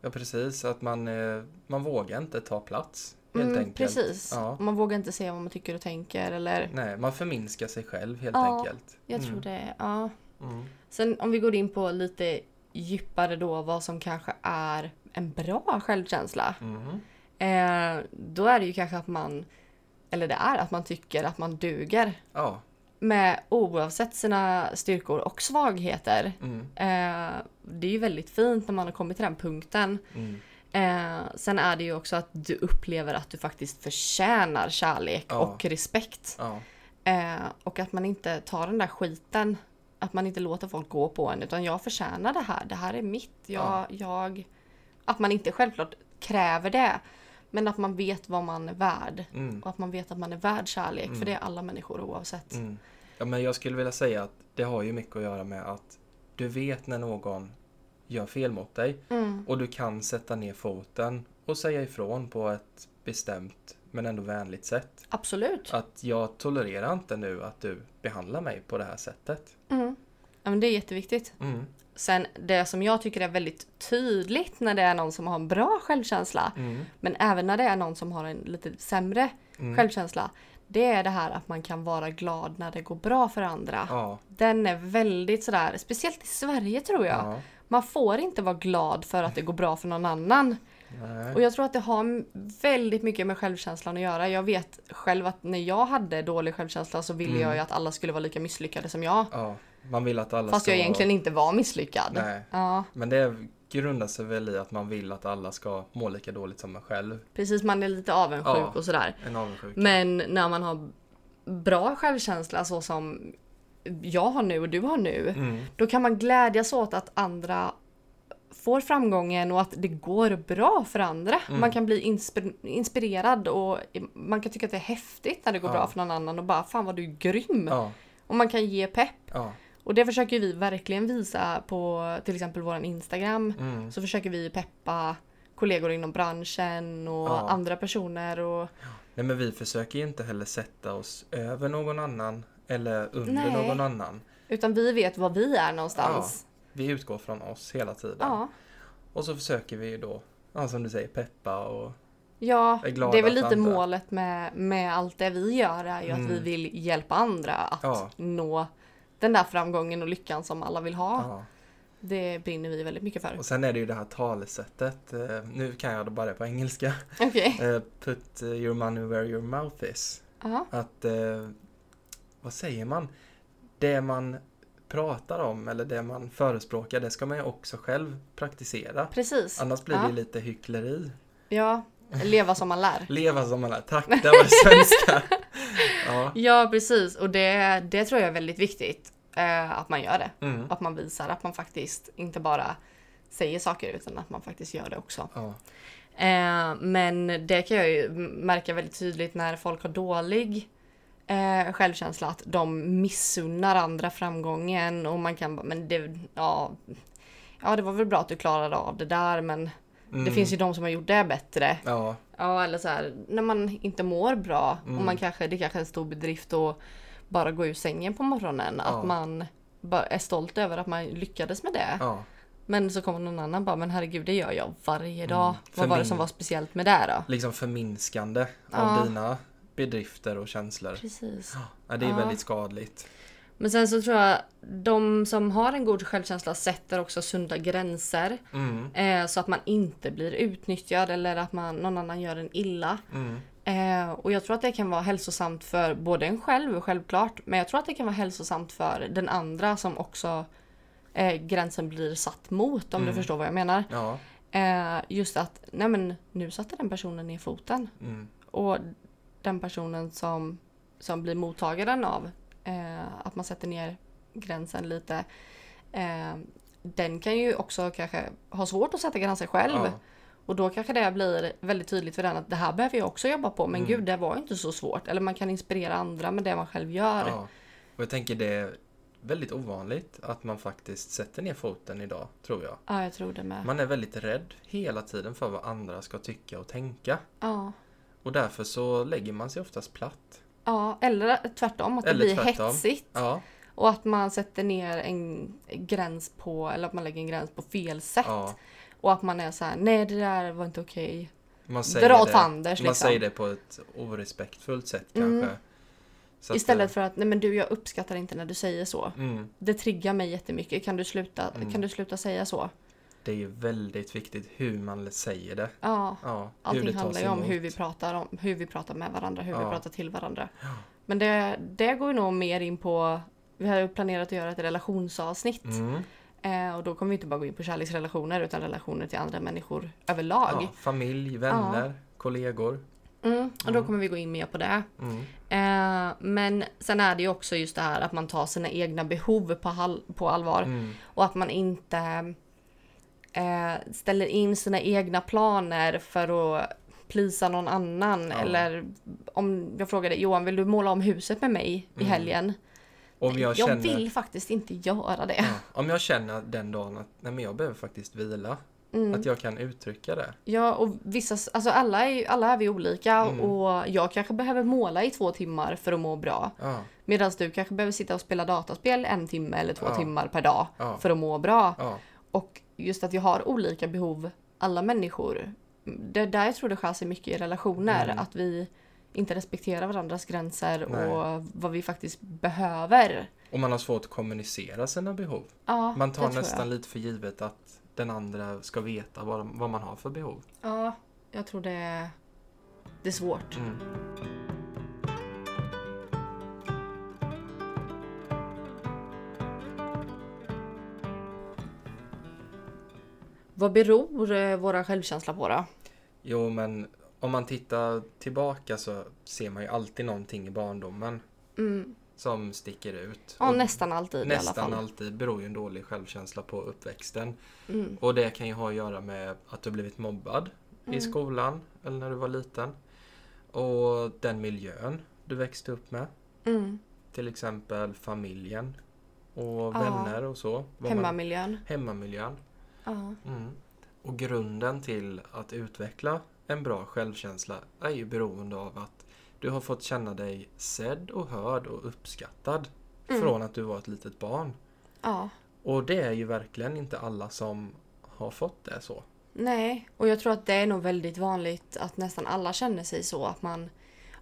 Speaker 2: Ja precis, att man, eh, man vågar inte ta plats helt
Speaker 1: Mm,
Speaker 2: enkelt.
Speaker 1: Precis.
Speaker 2: Ja.
Speaker 1: Man vågar inte säga vad man tycker och tänker eller
Speaker 2: Nej, man förminskar sig själv helt
Speaker 1: Ja,
Speaker 2: enkelt.
Speaker 1: jag tror det. Ja.
Speaker 2: Mm.
Speaker 1: Sen om vi går in på lite djupare då vad som kanske är en bra självkänsla.
Speaker 2: Mm.
Speaker 1: Eh, då är det ju kanske att man, eller det är att man tycker att man duger
Speaker 2: Ja,
Speaker 1: med oavsett sina styrkor och svagheter.
Speaker 2: mm.
Speaker 1: Eh, det är ju väldigt fint när man har kommit till den punkten.
Speaker 2: Mm.
Speaker 1: Eh, sen är det ju också att du upplever att du faktiskt förtjänar kärlek
Speaker 2: Ja.
Speaker 1: och respekt.
Speaker 2: ja.
Speaker 1: Eh, och att man inte tar den där skiten. Att man inte låter folk gå på en. Utan jag förtjänar det här. Det här är mitt. Jag, jag... Att man inte självklart kräver det. Men att man vet vad man är värd.
Speaker 2: Mm.
Speaker 1: Och att man vet att man är värd kärlek. För det är alla människor oavsett.
Speaker 2: Mm. Ja, men jag skulle vilja säga att det har ju mycket att göra med att du vet när någon gör fel mot dig
Speaker 1: Mm.
Speaker 2: och du kan sätta ner foten och säga ifrån på ett bestämt men ändå vänligt sätt.
Speaker 1: Absolut.
Speaker 2: Att jag tolererar inte nu att du behandlar mig på det här sättet.
Speaker 1: Mm. Ja, men det är jätteviktigt.
Speaker 2: Mm.
Speaker 1: Sen det som jag tycker är väldigt tydligt när det är någon som har en bra självkänsla.
Speaker 2: Mm.
Speaker 1: Men även när det är någon som har en lite sämre
Speaker 2: Mm.
Speaker 1: självkänsla. Det är det här att man kan vara glad när det går bra för andra.
Speaker 2: Ja.
Speaker 1: Den är väldigt sådär, speciellt i Sverige tror jag.
Speaker 2: ja.
Speaker 1: Man får inte vara glad för att det går bra för någon annan.
Speaker 2: Nej.
Speaker 1: Och jag tror att det har m- väldigt mycket med självkänslan att göra. Jag vet själv att när jag hade dålig självkänsla så ville
Speaker 2: Mm.
Speaker 1: jag ju att alla skulle vara lika misslyckade som jag.
Speaker 2: ja. Man vill att alla
Speaker 1: Fast
Speaker 2: ska...
Speaker 1: jag egentligen inte var misslyckad.
Speaker 2: Nej.
Speaker 1: Ja,
Speaker 2: Men det grundar sig väl i att man vill att alla ska må lika dåligt som en själv.
Speaker 1: precis man är lite avundsjuk
Speaker 2: Ja.
Speaker 1: och sådär.
Speaker 2: En avundsjuka.
Speaker 1: Men när man har bra självkänsla så som jag har nu och du har nu.
Speaker 2: Mm.
Speaker 1: Då kan man glädjas åt att andra får framgången och att det går bra för andra.
Speaker 2: Mm.
Speaker 1: Man kan bli inspir- inspirerad och man kan tycka att det är häftigt när det går
Speaker 2: Ja.
Speaker 1: bra för någon annan och bara fan vad du är grym.
Speaker 2: Ja.
Speaker 1: Och man kan ge pepp.
Speaker 2: Ja.
Speaker 1: Och det försöker vi verkligen visa på till exempel våran Instagram.
Speaker 2: Mm.
Speaker 1: Så försöker vi peppa kollegor inom branschen och
Speaker 2: Ja.
Speaker 1: andra personer och
Speaker 2: Nej men vi försöker ju inte heller sätta oss över någon annan eller under
Speaker 1: Nej.
Speaker 2: någon annan.
Speaker 1: Utan vi vet var vi är någonstans.
Speaker 2: Vi utgår från oss hela tiden.
Speaker 1: Ja.
Speaker 2: Och så försöker vi ju då, ja, som du säger, peppa och
Speaker 1: Ja,
Speaker 2: Är glada
Speaker 1: det är väl
Speaker 2: för
Speaker 1: lite
Speaker 2: andra.
Speaker 1: målet med, med allt det vi gör är ju att vi vill hjälpa andra att
Speaker 2: Mm. Ja.
Speaker 1: nå den där framgången och lyckan som alla vill ha.
Speaker 2: ja.
Speaker 1: Det brinner vi väldigt mycket för.
Speaker 2: Och sen är det ju det här talesättet, eh, nu kan jag det bara på engelska.
Speaker 1: <laughs> Okej.
Speaker 2: Eh, Put eh, your money where your mouth is.
Speaker 1: Ja.
Speaker 2: Att, eh, vad säger man? Det man pratar om eller det man förespråkar, det ska man ju också själv praktisera.
Speaker 1: Precis.
Speaker 2: Annars blir
Speaker 1: Ja.
Speaker 2: det ju lite hyckleri.
Speaker 1: Ja, leva som man lär.
Speaker 2: Leva som man lär. Tack, det <laughs> var svenska. Ja.
Speaker 1: Ja, precis. Och det, det tror jag är väldigt viktigt eh, att man gör det.
Speaker 2: Mm.
Speaker 1: Att man visar att man faktiskt inte bara säger saker utan att man faktiskt gör det också.
Speaker 2: Ja.
Speaker 1: Eh, men det kan jag ju m- märka väldigt tydligt när folk har dålig eh, självkänsla att de missunnar andra framgången och man kan bara, men det, ja, ja det var väl bra att du klarade av det där men det
Speaker 2: Mm.
Speaker 1: finns ju de som har gjort det bättre.
Speaker 2: Ja.
Speaker 1: Ja eller så här, när man inte mår bra och
Speaker 2: Mm.
Speaker 1: man kanske, det kanske är en stor bedrift att bara gå ur sängen på morgonen.
Speaker 2: Ja.
Speaker 1: Att man bara är stolt över att man lyckades med det.
Speaker 2: ja.
Speaker 1: Men så kommer någon annan bara, men herregud det gör jag varje dag.
Speaker 2: Mm, För
Speaker 1: Vad var det
Speaker 2: min-
Speaker 1: som var speciellt med det då?
Speaker 2: Liksom förminskande
Speaker 1: Ja.
Speaker 2: av dina bedrifter och känslor.
Speaker 1: Precis.
Speaker 2: Ja, det är
Speaker 1: Ja.
Speaker 2: väldigt skadligt.
Speaker 1: Men sen så tror jag de som har en god självkänsla sätter också sunda gränser.
Speaker 2: Mm.
Speaker 1: Eh, så att man inte blir utnyttjad eller att man, någon annan gör en illa.
Speaker 2: Mm.
Speaker 1: Eh, och jag tror att det kan vara hälsosamt för både en själv självklart. Men jag tror att det kan vara hälsosamt för den andra som också eh, gränsen blir satt mot om
Speaker 2: Mm.
Speaker 1: du förstår vad jag menar.
Speaker 2: Ja.
Speaker 1: Eh, just att nej men nu satte den personen ner foten.
Speaker 2: Mm.
Speaker 1: Och den personen som, som blir mottagaren av eh, att man sätter ner gränsen lite. Eh, den kan ju också kanske ha svårt att sätta gränser själv.
Speaker 2: Ja.
Speaker 1: Och då kanske det blir väldigt tydligt för den att det här behöver jag också jobba på. Men
Speaker 2: Mm.
Speaker 1: gud, det var ju inte så svårt. Eller man kan inspirera andra med det man själv gör.
Speaker 2: ja. Och jag tänker det är väldigt ovanligt att man faktiskt sätter ner foten idag, tror jag.
Speaker 1: Ja, jag tror det med.
Speaker 2: Man är väldigt rädd hela tiden för vad andra ska tycka och tänka.
Speaker 1: Ja.
Speaker 2: Och därför så lägger man sig oftast platt.
Speaker 1: ja, eller tvärtom. Att det
Speaker 2: Eller
Speaker 1: blir
Speaker 2: tvärtom.
Speaker 1: hetsigt.
Speaker 2: Ja.
Speaker 1: Och att man sätter ner en gräns på, eller att man lägger en gräns på fel sätt.
Speaker 2: ja.
Speaker 1: Och att man är så här, nej det där var inte okej.
Speaker 2: Man
Speaker 1: Dra åt fanders,
Speaker 2: Man
Speaker 1: liksom.
Speaker 2: säger det på ett orespektfullt sätt
Speaker 1: Mm.
Speaker 2: kanske. Så att,
Speaker 1: Istället för att, nej men du jag uppskattar inte när du säger så.
Speaker 2: eh, mm,
Speaker 1: Det triggar mig jättemycket, kan du sluta,
Speaker 2: Mm.
Speaker 1: kan du sluta säga så?
Speaker 2: det är ju väldigt viktigt hur man säger det.
Speaker 1: Ja.
Speaker 2: Ja, hur
Speaker 1: Allting
Speaker 2: det tas
Speaker 1: handlar ju om
Speaker 2: emot.
Speaker 1: hur vi pratar, om, hur vi pratar med varandra, hur vi
Speaker 2: Ja.
Speaker 1: pratar till varandra. Men det, det går ju nog mer in på, vi har ju planerat att göra ett relationsavsnitt.
Speaker 2: Mm,
Speaker 1: Eh, och då kommer vi inte bara gå in på kärleksrelationer utan relationer till andra människor överlag.
Speaker 2: ja, familj, vänner, kollegor.
Speaker 1: Mm, och då kommer vi gå in mer på det.
Speaker 2: Mm.
Speaker 1: Eh, men sen är det ju också just det här att man tar sina egna behov på, hal- på allvar.
Speaker 2: Mm.
Speaker 1: Och att man inte eh, ställer in sina egna planer för att plisa någon annan.
Speaker 2: Ja.
Speaker 1: Eller om jag frågade Johan, vill du måla om huset med mig i
Speaker 2: Mm.
Speaker 1: helgen?
Speaker 2: Om jag, känner, Mm.
Speaker 1: vill faktiskt inte göra det.
Speaker 2: Ja, om jag känner den dagen att nej, men jag behöver faktiskt vila,
Speaker 1: Mm.
Speaker 2: att jag kan uttrycka det.
Speaker 1: Ja, och vissa, alltså alla är, alla är vi olika
Speaker 2: Mm.
Speaker 1: och jag kanske behöver måla i två timmar för att må bra.
Speaker 2: Ja,
Speaker 1: Medan du kanske behöver sitta och spela dataspel en timme eller två
Speaker 2: Ja.
Speaker 1: timmar per dag
Speaker 2: ja,
Speaker 1: för att må bra.
Speaker 2: ja,
Speaker 1: Och just att vi har olika behov, alla människor. Det är där jag tror det skär sig mycket i relationer.
Speaker 2: Mm.
Speaker 1: Att vi inte respekterar varandras gränser
Speaker 2: Nej.
Speaker 1: och vad vi faktiskt behöver.
Speaker 2: Och man har svårt att kommunicera sina behov.
Speaker 1: Ja,
Speaker 2: Man
Speaker 1: det
Speaker 2: tar
Speaker 1: tror jag.
Speaker 2: nästan lite för givet att den andra ska veta vad, vad man har för behov.
Speaker 1: Ja, jag tror det, det är svårt.
Speaker 2: Mm.
Speaker 1: Vad beror eh, våra självkänsla på då?
Speaker 2: Jo, men om man tittar tillbaka så ser man ju alltid någonting i barndomen
Speaker 1: Mm.
Speaker 2: som sticker ut.
Speaker 1: Ja,
Speaker 2: Och
Speaker 1: nästan alltid i alla
Speaker 2: nästan
Speaker 1: fall.
Speaker 2: alltid beror ju en dålig självkänsla på uppväxten.
Speaker 1: Mm.
Speaker 2: Och det kan ju ha att göra med att du har blivit mobbad i skolan eller när du var liten. Och den miljön du växte upp med.
Speaker 1: Mm.
Speaker 2: Till exempel familjen och
Speaker 1: Ja.
Speaker 2: vänner och så. Vad man-
Speaker 1: Hemmamiljön.
Speaker 2: hemmamiljön.
Speaker 1: Ja.
Speaker 2: Mm. Och grunden till att utveckla en bra självkänsla är ju beroende av att du har fått känna dig sedd och hörd och uppskattad
Speaker 1: Mm.
Speaker 2: från att du var ett litet barn.
Speaker 1: ja.
Speaker 2: Och det är ju verkligen inte alla som har fått det så.
Speaker 1: Nej, och jag tror att det är nog väldigt vanligt att nästan alla känner sig så att man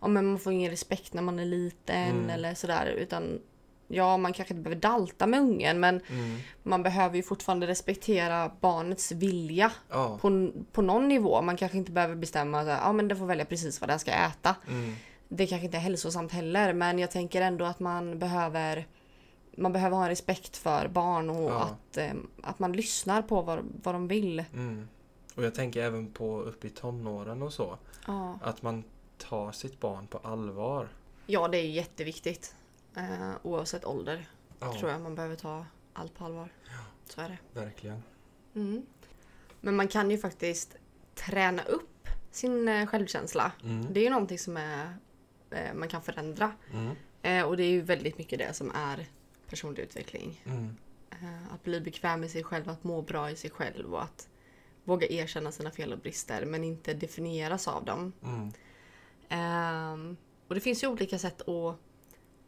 Speaker 1: ja, men man får ingen respekt när man är liten
Speaker 2: Mm.
Speaker 1: eller sådär utan ja, man kanske inte behöver dalta med ungen men
Speaker 2: Mm.
Speaker 1: man behöver ju fortfarande respektera barnets vilja
Speaker 2: Ja.
Speaker 1: på, på någon nivå. Man kanske inte behöver bestämma att ja, men det får välja precis vad den ska äta.
Speaker 2: Mm.
Speaker 1: Det kanske inte är hälsosamt heller men jag tänker ändå att man behöver man behöver ha respekt för barn och
Speaker 2: Ja.
Speaker 1: att, eh, att man lyssnar på vad, vad de vill.
Speaker 2: Mm. Och jag tänker även på upp i tonåren och så.
Speaker 1: Ja.
Speaker 2: Att man tar sitt barn på allvar.
Speaker 1: Ja, det är jätteviktigt. Eh, oavsett ålder
Speaker 2: Ja,
Speaker 1: tror jag man behöver ta allt på allvar. Så är det.
Speaker 2: verkligen.
Speaker 1: Mm. Men man kan ju faktiskt träna upp sin eh, självkänsla.
Speaker 2: Mm.
Speaker 1: Det är ju någonting som är, eh, man kan förändra.
Speaker 2: Mm.
Speaker 1: Eh, och det är ju väldigt mycket det som är personlig utveckling.
Speaker 2: Mm.
Speaker 1: Eh, att bli bekväm i sig själv, att må bra i sig själv och att våga erkänna sina fel och brister men inte definieras av dem.
Speaker 2: Mm.
Speaker 1: Ehm, och det finns ju olika sätt att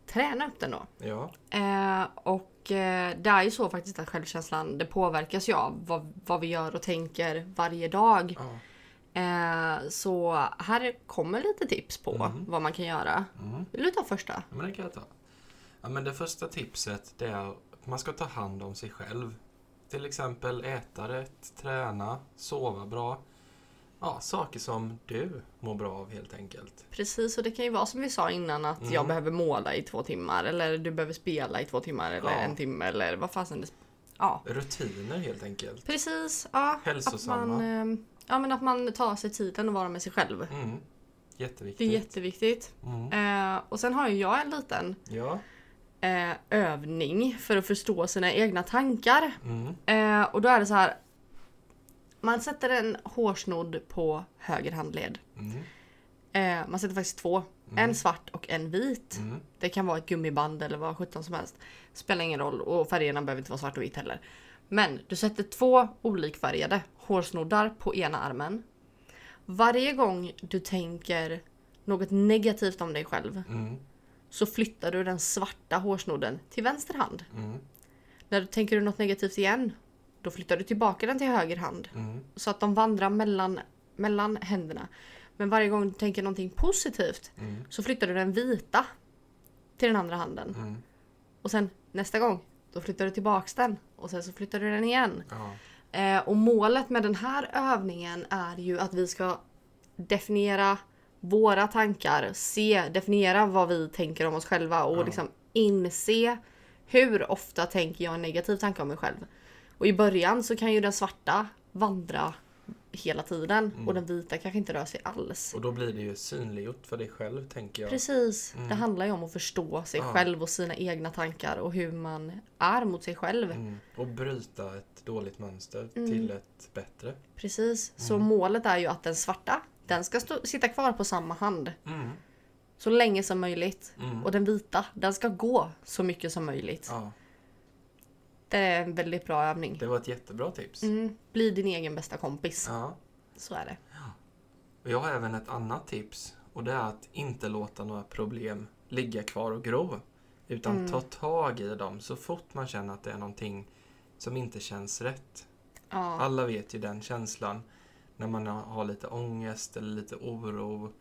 Speaker 1: träna upp den då.
Speaker 2: Ja.
Speaker 1: Eh, och eh, det är ju så faktiskt att självkänslan det påverkas ju av vad, vad vi gör och tänker varje dag.
Speaker 2: ja.
Speaker 1: Eh, så här kommer lite tips på
Speaker 2: Mm.
Speaker 1: vad man kan göra.
Speaker 2: Mm.
Speaker 1: Vill du ta första?
Speaker 2: Ja, men det kan jag ta. Ja, men det första tipset det är att man ska ta hand om sig själv. Till exempel äta rätt, träna, sova bra. Ja, saker som du mår bra av helt enkelt.
Speaker 1: Precis, och det kan ju vara som vi sa innan att
Speaker 2: Mm.
Speaker 1: jag behöver måla i två timmar eller du behöver spela i två timmar eller
Speaker 2: Ja.
Speaker 1: en timme eller vad fasen det... Ja,
Speaker 2: Rutiner helt enkelt.
Speaker 1: precis. Ja, att
Speaker 2: Hälsosamma.
Speaker 1: man, eh, ja, men att man tar sig tiden att vara med sig själv.
Speaker 2: Mm.
Speaker 1: Det är
Speaker 2: Jätteviktigt.
Speaker 1: jätteviktigt.
Speaker 2: Mm.
Speaker 1: Eh, och sen har ju jag en liten
Speaker 2: Ja.
Speaker 1: eh, övning för att förstå sina egna tankar.
Speaker 2: Mm.
Speaker 1: Eh, och då är det så här. Man sätter en hårsnodd på höger handled.
Speaker 2: Mm.
Speaker 1: Eh, man sätter faktiskt två. En svart och en vit.
Speaker 2: Mm.
Speaker 1: Det kan vara ett gummiband eller vad sjutton som helst. Spelar ingen roll och färgerna behöver inte vara svart och vit heller. Men du sätter två olikfärgade hårsnoddar på ena armen. Varje gång du tänker något negativt om dig själv
Speaker 2: Mm.
Speaker 1: så flyttar du den svarta hårsnodden till vänster hand.
Speaker 2: Mm.
Speaker 1: När du tänker du något negativt igen, då flyttar du tillbaka den till höger hand.
Speaker 2: Mm.
Speaker 1: Så att de vandrar mellan, mellan händerna. Men varje gång du tänker någonting positivt
Speaker 2: Mm.
Speaker 1: så flyttar du den vita till den andra handen.
Speaker 2: Mm.
Speaker 1: Och sen nästa gång, då flyttar du tillbaks den. Och sen så flyttar du den igen.
Speaker 2: Ja.
Speaker 1: Eh, och målet med den här övningen är ju att vi ska definiera våra tankar, se, definiera vad vi tänker om oss själva och
Speaker 2: Ja.
Speaker 1: liksom inse hur ofta tänker jag en negativ tanke om mig själv. Och i början så kan ju den svarta vandra hela tiden
Speaker 2: Mm.
Speaker 1: och den vita kanske inte rör sig alls.
Speaker 2: Och då blir det ju synliggjort för dig själv tänker jag.
Speaker 1: Precis, det
Speaker 2: Mm.
Speaker 1: handlar ju om att förstå sig
Speaker 2: Ja.
Speaker 1: själv och sina egna tankar och hur man är mot sig själv.
Speaker 2: Mm. Och bryta ett dåligt mönster
Speaker 1: Mm.
Speaker 2: till ett bättre.
Speaker 1: Precis, så
Speaker 2: Mm.
Speaker 1: målet är ju att den svarta, den ska stå, sitta kvar på samma hand
Speaker 2: Mm.
Speaker 1: så länge som möjligt.
Speaker 2: Mm.
Speaker 1: Och den vita, den ska gå så mycket som möjligt.
Speaker 2: Ja,
Speaker 1: Det är en väldigt bra övning.
Speaker 2: det var ett jättebra tips.
Speaker 1: Mm. Bli din egen bästa kompis.
Speaker 2: Ja.
Speaker 1: Så är det.
Speaker 2: Och jag har även ett annat tips och det är att inte låta några problem ligga kvar och gro. Utan
Speaker 1: Mm.
Speaker 2: ta tag i dem så fort man känner att det är någonting som inte känns rätt.
Speaker 1: Ja.
Speaker 2: Alla vet ju den känslan när man har lite ångest eller lite oro.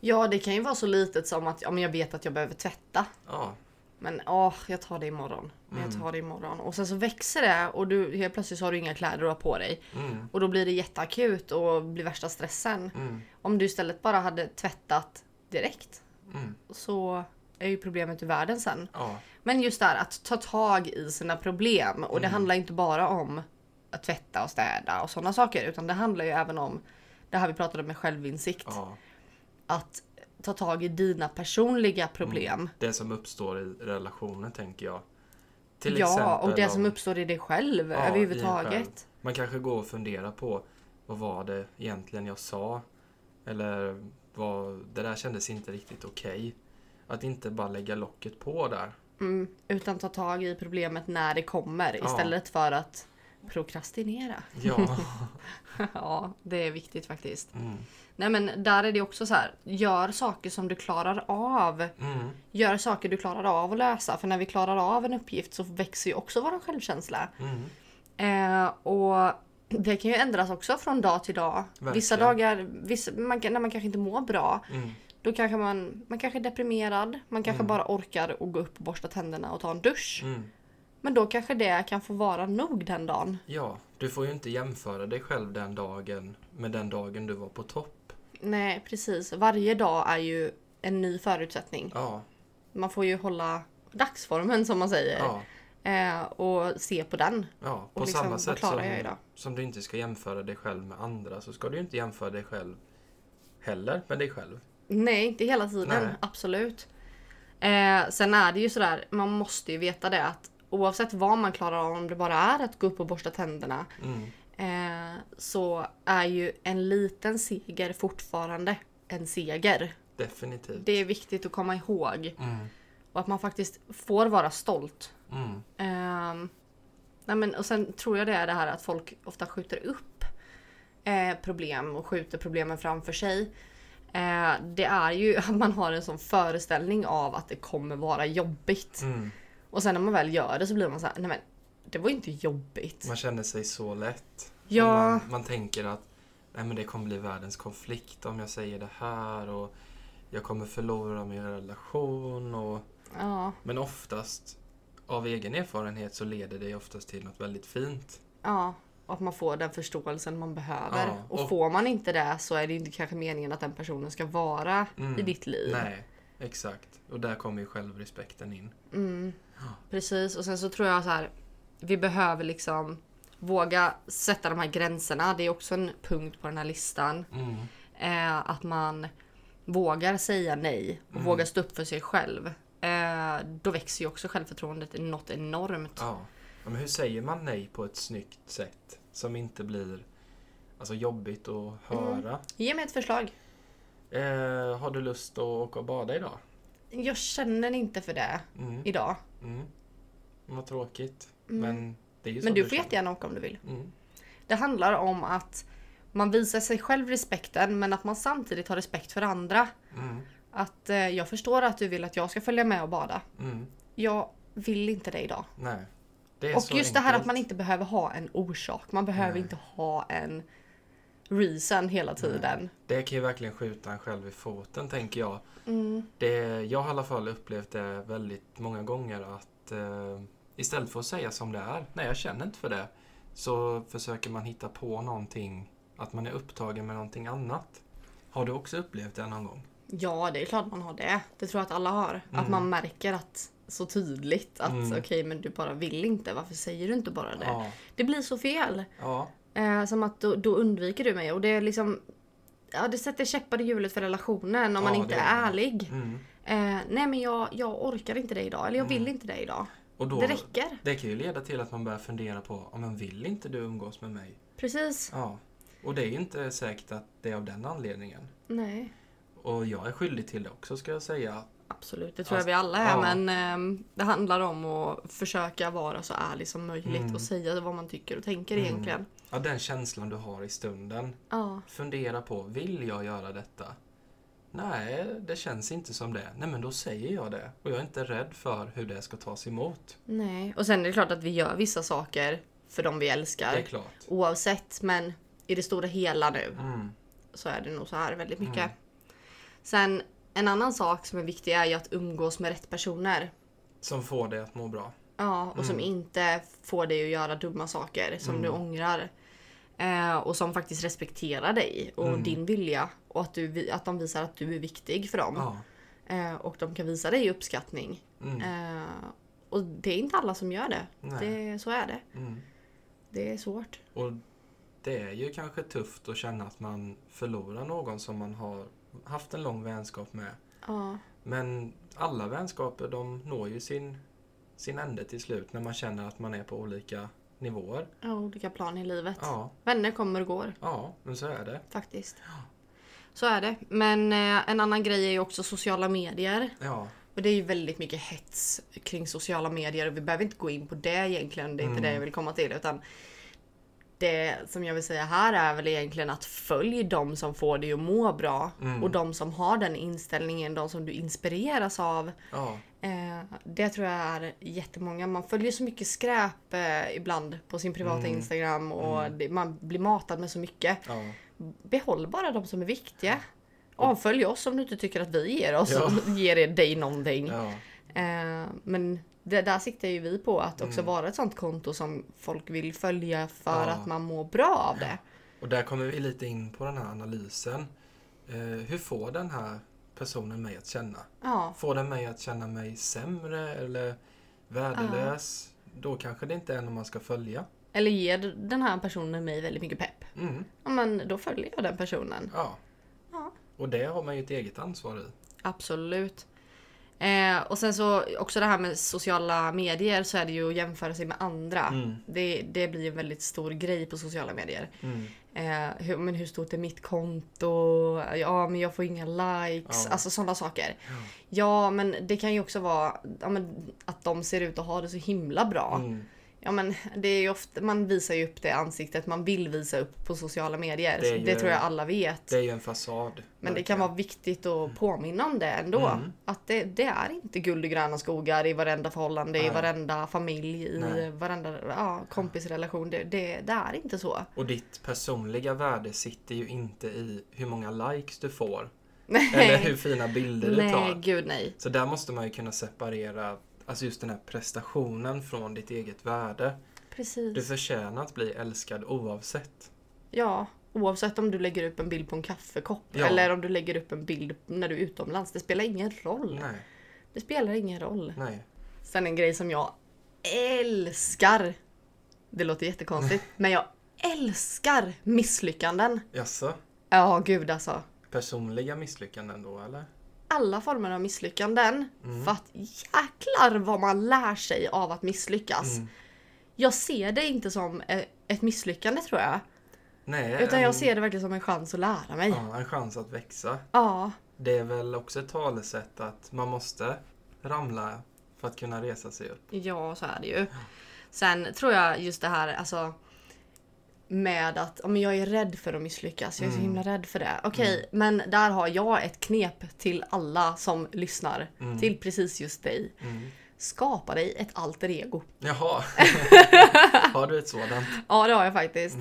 Speaker 1: ja, det kan ju vara så litet som att ja, men jag vet att jag behöver tvätta.
Speaker 2: Ja,
Speaker 1: Men åh, jag tar det imorgon. Men jag
Speaker 2: Mm.
Speaker 1: tar det imorgon. Och sen så växer det och du helt plötsligt så har du inga kläder att ha på dig.
Speaker 2: mm,
Speaker 1: Och då blir det jätteakut och blir värsta stressen.
Speaker 2: mm,
Speaker 1: Om du istället bara hade tvättat direkt
Speaker 2: mm,
Speaker 1: så är ju problemet ur världen sen.
Speaker 2: ja,
Speaker 1: Men just det här att ta tag i sina problem och det
Speaker 2: Mm.
Speaker 1: handlar inte bara om att tvätta och städa och sådana saker utan det handlar ju även om det här vi pratade om med självinsikt.
Speaker 2: ja.
Speaker 1: Att ta tag i dina
Speaker 2: Mm.
Speaker 1: personliga problem.
Speaker 2: Det som uppstår i relationer tänker jag. Till
Speaker 1: ja,
Speaker 2: exempel
Speaker 1: och det som
Speaker 2: om-
Speaker 1: uppstår i dig själv
Speaker 2: Ja, i en själv.
Speaker 1: överhuvudtaget.
Speaker 2: Man kanske går och funderar på vad var det egentligen jag sa? Eller vad, det där kändes inte riktigt okej. Att inte bara lägga locket på där.
Speaker 1: Mm, utan ta tag i problemet när det kommer
Speaker 2: Ja.
Speaker 1: istället för att prokrastinera. <laughs>
Speaker 2: Ja.
Speaker 1: ja, det är viktigt faktiskt.
Speaker 2: Mm,
Speaker 1: Nej men där är det också så här. gör saker som du klarar av.
Speaker 2: mm,
Speaker 1: Gör saker du klarar av att lösa. För när vi klarar av en uppgift så växer ju också vår självkänsla.
Speaker 2: mm,
Speaker 1: Eh, och det kan ju ändras också från dag till dag. Vissa
Speaker 2: Verkligen.
Speaker 1: dagar, vissa, man, kan- när man kanske inte mår bra,
Speaker 2: mm,
Speaker 1: då kanske man, man kanske är deprimerad. Man kanske bara orkar att gå upp och borsta tänderna och ta en dusch.
Speaker 2: mm.
Speaker 1: Men då kanske det kan få vara nog den dagen.
Speaker 2: Ja, du får ju inte jämföra dig själv den dagen med den dagen du var på topp.
Speaker 1: Nej precis, varje dag är ju en ny förutsättning.
Speaker 2: Ja,
Speaker 1: Man får ju hålla dagsformen som man säger.
Speaker 2: ja,
Speaker 1: Eh, och se på den.
Speaker 2: ja.
Speaker 1: Och
Speaker 2: På
Speaker 1: liksom,
Speaker 2: samma
Speaker 1: vad
Speaker 2: sätt
Speaker 1: klarar
Speaker 2: som,
Speaker 1: jag idag?
Speaker 2: som du inte ska jämföra dig själv med andra så ska du ju inte jämföra dig själv heller med dig själv.
Speaker 1: Nej, inte hela tiden.
Speaker 2: Nej.
Speaker 1: Absolut. Eh, sen är det ju sådär, man måste ju veta det att oavsett vad man klarar av, om det bara är att gå upp och borsta tänderna,
Speaker 2: Mm,
Speaker 1: eh, så är ju en liten seger fortfarande en seger.
Speaker 2: definitivt.
Speaker 1: Det är viktigt att komma ihåg
Speaker 2: Mm,
Speaker 1: och att man faktiskt får vara stolt.
Speaker 2: mm,
Speaker 1: Ehm, nej men, och sen tror jag det är det här att folk ofta skjuter upp eh, problem och skjuter problemen framför sig. Eh, det är ju <laughs> att man har en sån föreställning av att det kommer vara jobbigt.
Speaker 2: mm.
Speaker 1: Och sen när man väl gör det så blir man så här, nej men det var ju inte jobbigt.
Speaker 2: Man känner sig så lätt.
Speaker 1: Ja.
Speaker 2: Och Man, man tänker att Nej, men det kommer bli världens konflikt om jag säger det här och jag kommer förlora min relation och
Speaker 1: Ja,
Speaker 2: Men oftast, av egen erfarenhet, så leder det oftast till något väldigt fint.
Speaker 1: ja. Och att man får den förståelsen man behöver.
Speaker 2: Ja,
Speaker 1: och,
Speaker 2: och-
Speaker 1: får man inte det så är det inte kanske meningen att den personen ska vara
Speaker 2: Mm.
Speaker 1: i ditt liv.
Speaker 2: Nej, exakt. Och där kommer ju självrespekten in.
Speaker 1: Mm.
Speaker 2: Ja.
Speaker 1: Precis och sen så tror jag så här. Vi behöver liksom våga sätta de här gränserna. Det är också en punkt på den här listan.
Speaker 2: Mm.
Speaker 1: Eh, att man vågar säga nej
Speaker 2: Mm.
Speaker 1: och vågar stå upp för sig själv. Eh, då växer ju också självförtroendet i något enormt.
Speaker 2: Ja. Ja, Men hur säger man nej på ett snyggt sätt som inte blir alltså, jobbigt
Speaker 1: Mm.
Speaker 2: att höra?
Speaker 1: Ge mig ett förslag.
Speaker 2: Eh, har du lust att åka och bada idag?
Speaker 1: Jag känner inte för det
Speaker 2: Mm.
Speaker 1: idag.
Speaker 2: Mm. Vad tråkigt.
Speaker 1: Mm.
Speaker 2: Men det är ju så
Speaker 1: Men du får
Speaker 2: känner.
Speaker 1: jättegärna åka om du vill.
Speaker 2: Mm.
Speaker 1: Det handlar om att man visar sig själv respekten men att man samtidigt har respekt för andra.
Speaker 2: Mm.
Speaker 1: Att eh, jag förstår att du vill att jag ska följa med och bada.
Speaker 2: Mm.
Speaker 1: Jag vill inte det idag.
Speaker 2: Nej. Det är
Speaker 1: Och just
Speaker 2: så
Speaker 1: det här att
Speaker 2: enkelt.
Speaker 1: man inte behöver ha en orsak. Man behöver
Speaker 2: Nej.
Speaker 1: inte ha en reason hela tiden.
Speaker 2: Det kan ju verkligen skjuta en själv i foten, tänker jag.
Speaker 1: Mm.
Speaker 2: Det, jag har i alla fall upplevt det väldigt många gånger att eh, istället för att säga som det är, nej jag känner inte för det, så försöker man hitta på någonting, att man är upptagen med någonting annat. Har du också upplevt det någon gång?
Speaker 1: Ja, det är klart man har det. Det tror jag att alla har. Att man märker att så tydligt att
Speaker 2: Mm.
Speaker 1: okej, men du bara vill inte. Varför säger du inte bara det?
Speaker 2: Ja.
Speaker 1: Det blir så fel.
Speaker 2: ja.
Speaker 1: Eh, som att då, då undviker du mig och det är liksom Ja det sätter käppar i hjulet för relationen om man
Speaker 2: Ja,
Speaker 1: inte
Speaker 2: det gör
Speaker 1: är
Speaker 2: det.
Speaker 1: ärlig.
Speaker 2: Mm.
Speaker 1: Eh, nej men jag, jag orkar inte det idag eller jag vill inte det idag.
Speaker 2: Och då,
Speaker 1: Det räcker.
Speaker 2: det kan ju leda till att man börjar fundera på, ja men vill inte du umgås med mig?
Speaker 1: Precis.
Speaker 2: Ja. Och det är ju inte säkert att det är av den anledningen.
Speaker 1: Nej.
Speaker 2: Och jag är skyldig till det också ska jag säga.
Speaker 1: Absolut, det tror
Speaker 2: Fast-
Speaker 1: jag vi alla är.
Speaker 2: Alltså, ja.
Speaker 1: Men ehm, det handlar om att försöka vara så ärlig som möjligt
Speaker 2: Mm.
Speaker 1: och säga vad man tycker och tänker
Speaker 2: Mm.
Speaker 1: egentligen.
Speaker 2: Ja, den känslan du har i stunden.
Speaker 1: Ja,
Speaker 2: Fundera på, vill jag göra detta? Nej, det känns inte som det. Nej, men då säger jag det. Och jag är inte rädd för hur det ska tas emot.
Speaker 1: nej. Och sen är det klart att vi gör vissa saker för de vi älskar.
Speaker 2: Det är klart.
Speaker 1: Oavsett, men i det stora hela nu
Speaker 2: Mm.
Speaker 1: så är det nog så här väldigt mycket.
Speaker 2: Mm.
Speaker 1: Sen en annan sak som är viktig är ju att umgås med rätt personer.
Speaker 2: Som får dig att må bra.
Speaker 1: Ja, och som
Speaker 2: Mm.
Speaker 1: inte får dig att göra dumma saker som du ångrar. Eh, och som faktiskt respekterar dig och
Speaker 2: Mm.
Speaker 1: din vilja. Och att, du, vi- att de visar att du är viktig för dem.
Speaker 2: Ja.
Speaker 1: Eh, och de kan visa dig uppskattning.
Speaker 2: Mm.
Speaker 1: Eh, och det är inte alla som gör det.
Speaker 2: Nej.
Speaker 1: det. Så är det.
Speaker 2: Mm.
Speaker 1: Det är svårt.
Speaker 2: Och det är ju kanske tufft att känna att man förlorar någon som man har haft en lång vänskap med.
Speaker 1: Ja,
Speaker 2: Men alla vänskaper de når ju sin, sin ände till slut när man känner att man är på olika nivåer.
Speaker 1: ja, olika plan i livet.
Speaker 2: Ja,
Speaker 1: Vänner kommer och går.
Speaker 2: ja men så är det.
Speaker 1: Faktiskt. Så är det. Men eh, en annan grej är ju också sociala medier.
Speaker 2: Ja,
Speaker 1: Och det är ju väldigt mycket hets kring sociala medier och vi behöver inte gå in på det egentligen. Det är inte
Speaker 2: Mm.
Speaker 1: det jag vill komma till utan det som jag vill säga här är väl egentligen att följ de som får dig att må bra
Speaker 2: Mm.
Speaker 1: och de som har den inställningen, de som du inspireras av.
Speaker 2: ja,
Speaker 1: Eh, det tror jag är jättemånga. Man följer så mycket skräp eh, ibland på sin privata
Speaker 2: Mm.
Speaker 1: Instagram och det, man blir matad med så mycket.
Speaker 2: ja.
Speaker 1: Behåll bara de som är viktiga. Avfölj oss om du inte tycker att vi ger oss
Speaker 2: Ja.
Speaker 1: ger er dig någonting.
Speaker 2: ja.
Speaker 1: Eh, men det där siktar ju vi på att också vara ett sånt konto som folk vill följa för
Speaker 2: Ja.
Speaker 1: att man mår bra av det.
Speaker 2: Och där kommer vi lite in på den här analysen. Eh, hur får den här personen mig att känna?
Speaker 1: Ja,
Speaker 2: Får den mig att känna mig sämre eller värdelös? Då kanske det inte är någon man ska följa.
Speaker 1: eller ger den här personen mig väldigt mycket pepp.
Speaker 2: Mm.
Speaker 1: Ja, men då följer jag den personen.
Speaker 2: Ja.
Speaker 1: Ja.
Speaker 2: Och det har man ju ett eget ansvar i.
Speaker 1: Absolut. Eh, och sen så också det här med sociala medier så är det ju att jämföra sig med andra.
Speaker 2: Mm.
Speaker 1: Det, det blir en väldigt stor grej på sociala medier.
Speaker 2: mm.
Speaker 1: Eh, hur, men hur stort är mitt konto? Ja, men jag får inga likes.
Speaker 2: Ja.
Speaker 1: Alltså sådana saker. Ja. men det kan ju också vara ja, men, att de ser ut att ha det så himla bra.
Speaker 2: Mm.
Speaker 1: Ja, men det är ju ofta, man visar ju upp det ansiktet man vill visa upp på sociala medier.
Speaker 2: Det är
Speaker 1: Det,
Speaker 2: ju-
Speaker 1: det tror jag alla vet.
Speaker 2: Det är ju en fasad.
Speaker 1: Men det
Speaker 2: verkligen.
Speaker 1: kan vara viktigt att påminna om det ändå.
Speaker 2: Mm.
Speaker 1: Att det, det är inte guld och gröna skogar i varenda förhållande,
Speaker 2: Nej.
Speaker 1: i varenda familj, i
Speaker 2: Nej.
Speaker 1: varenda ja, kompisrelation. Det, det, det är inte så.
Speaker 2: Och ditt personliga värde sitter ju inte i hur många likes du får.
Speaker 1: Nej,
Speaker 2: Eller hur fina bilder du
Speaker 1: nej
Speaker 2: tar.
Speaker 1: gud nej.
Speaker 2: Så där måste man ju kunna separera Alltså just den här prestationen från ditt eget värde.
Speaker 1: Precis.
Speaker 2: Du förtjänar att bli älskad oavsett.
Speaker 1: Ja, oavsett om du lägger upp en bild på en kaffekopp
Speaker 2: Ja.
Speaker 1: eller om du lägger upp en bild när du är utomlands. Det spelar ingen roll.
Speaker 2: Nej,
Speaker 1: Det spelar ingen roll.
Speaker 2: nej.
Speaker 1: Sen en grej som jag älskar. Det låter
Speaker 2: <laughs>
Speaker 1: jättekonstigt, men jag älskar misslyckanden.
Speaker 2: Jaså?
Speaker 1: Ja, gud alltså.
Speaker 2: Personliga misslyckanden då eller?
Speaker 1: alla former av misslyckanden.
Speaker 2: Mm.
Speaker 1: För att jäklar vad man lär sig av att misslyckas.
Speaker 2: Mm.
Speaker 1: Jag ser det inte som eh, ett misslyckande tror jag.
Speaker 2: Nej.
Speaker 1: Utan
Speaker 2: en-
Speaker 1: jag ser det verkligen som en chans att lära mig.
Speaker 2: ja, en chans att växa.
Speaker 1: Ja,
Speaker 2: Det är väl också ett talesätt att man måste ramla för att kunna resa sig upp.
Speaker 1: ja så är det ju. Sen tror jag just det här alltså med att om jag är rädd för att misslyckas. Jag är så himla rädd för det. Okej, men där har jag ett knep till alla som lyssnar. Till precis just dig. Skapa dig ett alter ego. <laughs>
Speaker 2: Jaha. Har du ett sådant?
Speaker 1: Ja det har jag faktiskt.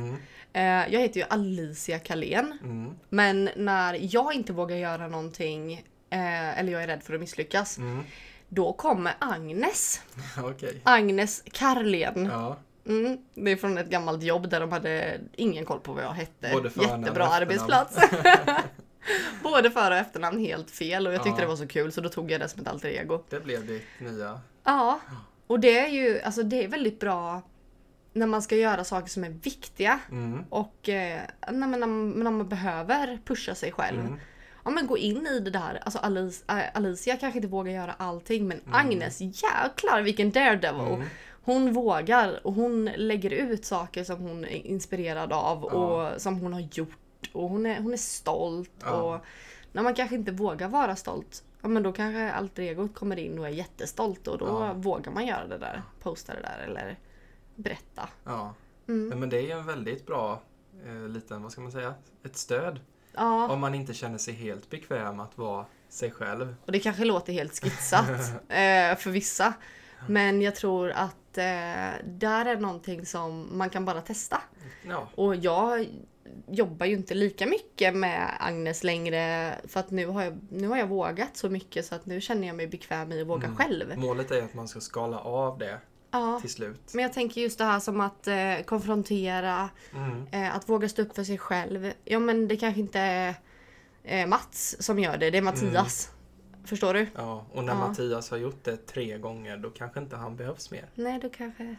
Speaker 1: Eh, jag heter ju Alicia Kalén.
Speaker 2: Mm.
Speaker 1: Men när jag inte vågar göra någonting eh, eller jag är rädd för att misslyckas. Då kommer Agnes.
Speaker 2: Okej.
Speaker 1: Agnes Karlén.
Speaker 2: Ja.
Speaker 1: Mm, det är från ett gammalt jobb där de hade ingen koll på vad jag hette.
Speaker 2: Både förnamn och
Speaker 1: Jättebra
Speaker 2: efternamn. <laughs>
Speaker 1: arbetsplats. <laughs> Både för och efternamn helt fel och jag tyckte
Speaker 2: Ja.
Speaker 1: det var så kul så då tog jag det som ett alter ego.
Speaker 2: Det blev ditt nya.
Speaker 1: Ja, och det är ju alltså det är väldigt bra när man ska göra saker som är viktiga
Speaker 2: Mm.
Speaker 1: och eh, nej, men när, man, när man behöver pusha sig själv.
Speaker 2: Mm.
Speaker 1: Ja men gå in i det där. Alltså Alice, eh, Alicia kanske inte vågar göra allting men Agnes, jäklar vilken daredevil!
Speaker 2: Mm.
Speaker 1: Hon vågar och hon lägger ut saker som hon är inspirerad av och som hon har gjort och hon är, hon är stolt
Speaker 2: Ja.
Speaker 1: och när man kanske inte vågar vara stolt Ja men då kanske alter egot kommer in och är jättestolt och då
Speaker 2: Ja.
Speaker 1: vågar man göra det där. Posta det där eller berätta.
Speaker 2: Ja.
Speaker 1: Mm.
Speaker 2: Men det är en väldigt bra eh, liten, vad ska man säga, ett stöd.
Speaker 1: Ja.
Speaker 2: Om man inte känner sig helt bekväm att vara sig själv.
Speaker 1: Och det kanske låter helt skitsat eh, för vissa. Men jag tror att eh, där är någonting som man kan bara testa.
Speaker 2: Ja.
Speaker 1: Och jag jobbar ju inte lika mycket med Agnes längre för att nu har jag, nu har jag vågat så mycket så att nu känner jag mig bekväm i att våga själv.
Speaker 2: Målet är att man ska skala av det
Speaker 1: Ja.
Speaker 2: till slut.
Speaker 1: Men jag tänker just det här som att eh, konfrontera,
Speaker 2: Mm.
Speaker 1: eh, att våga stå upp för sig själv. Ja men det kanske inte är eh, Mats som gör det, det är Mattias. Förstår du?
Speaker 2: Ja, och när
Speaker 1: Ja.
Speaker 2: Mattias har gjort det tre gånger då kanske inte han behövs mer.
Speaker 1: Nej, då kanske...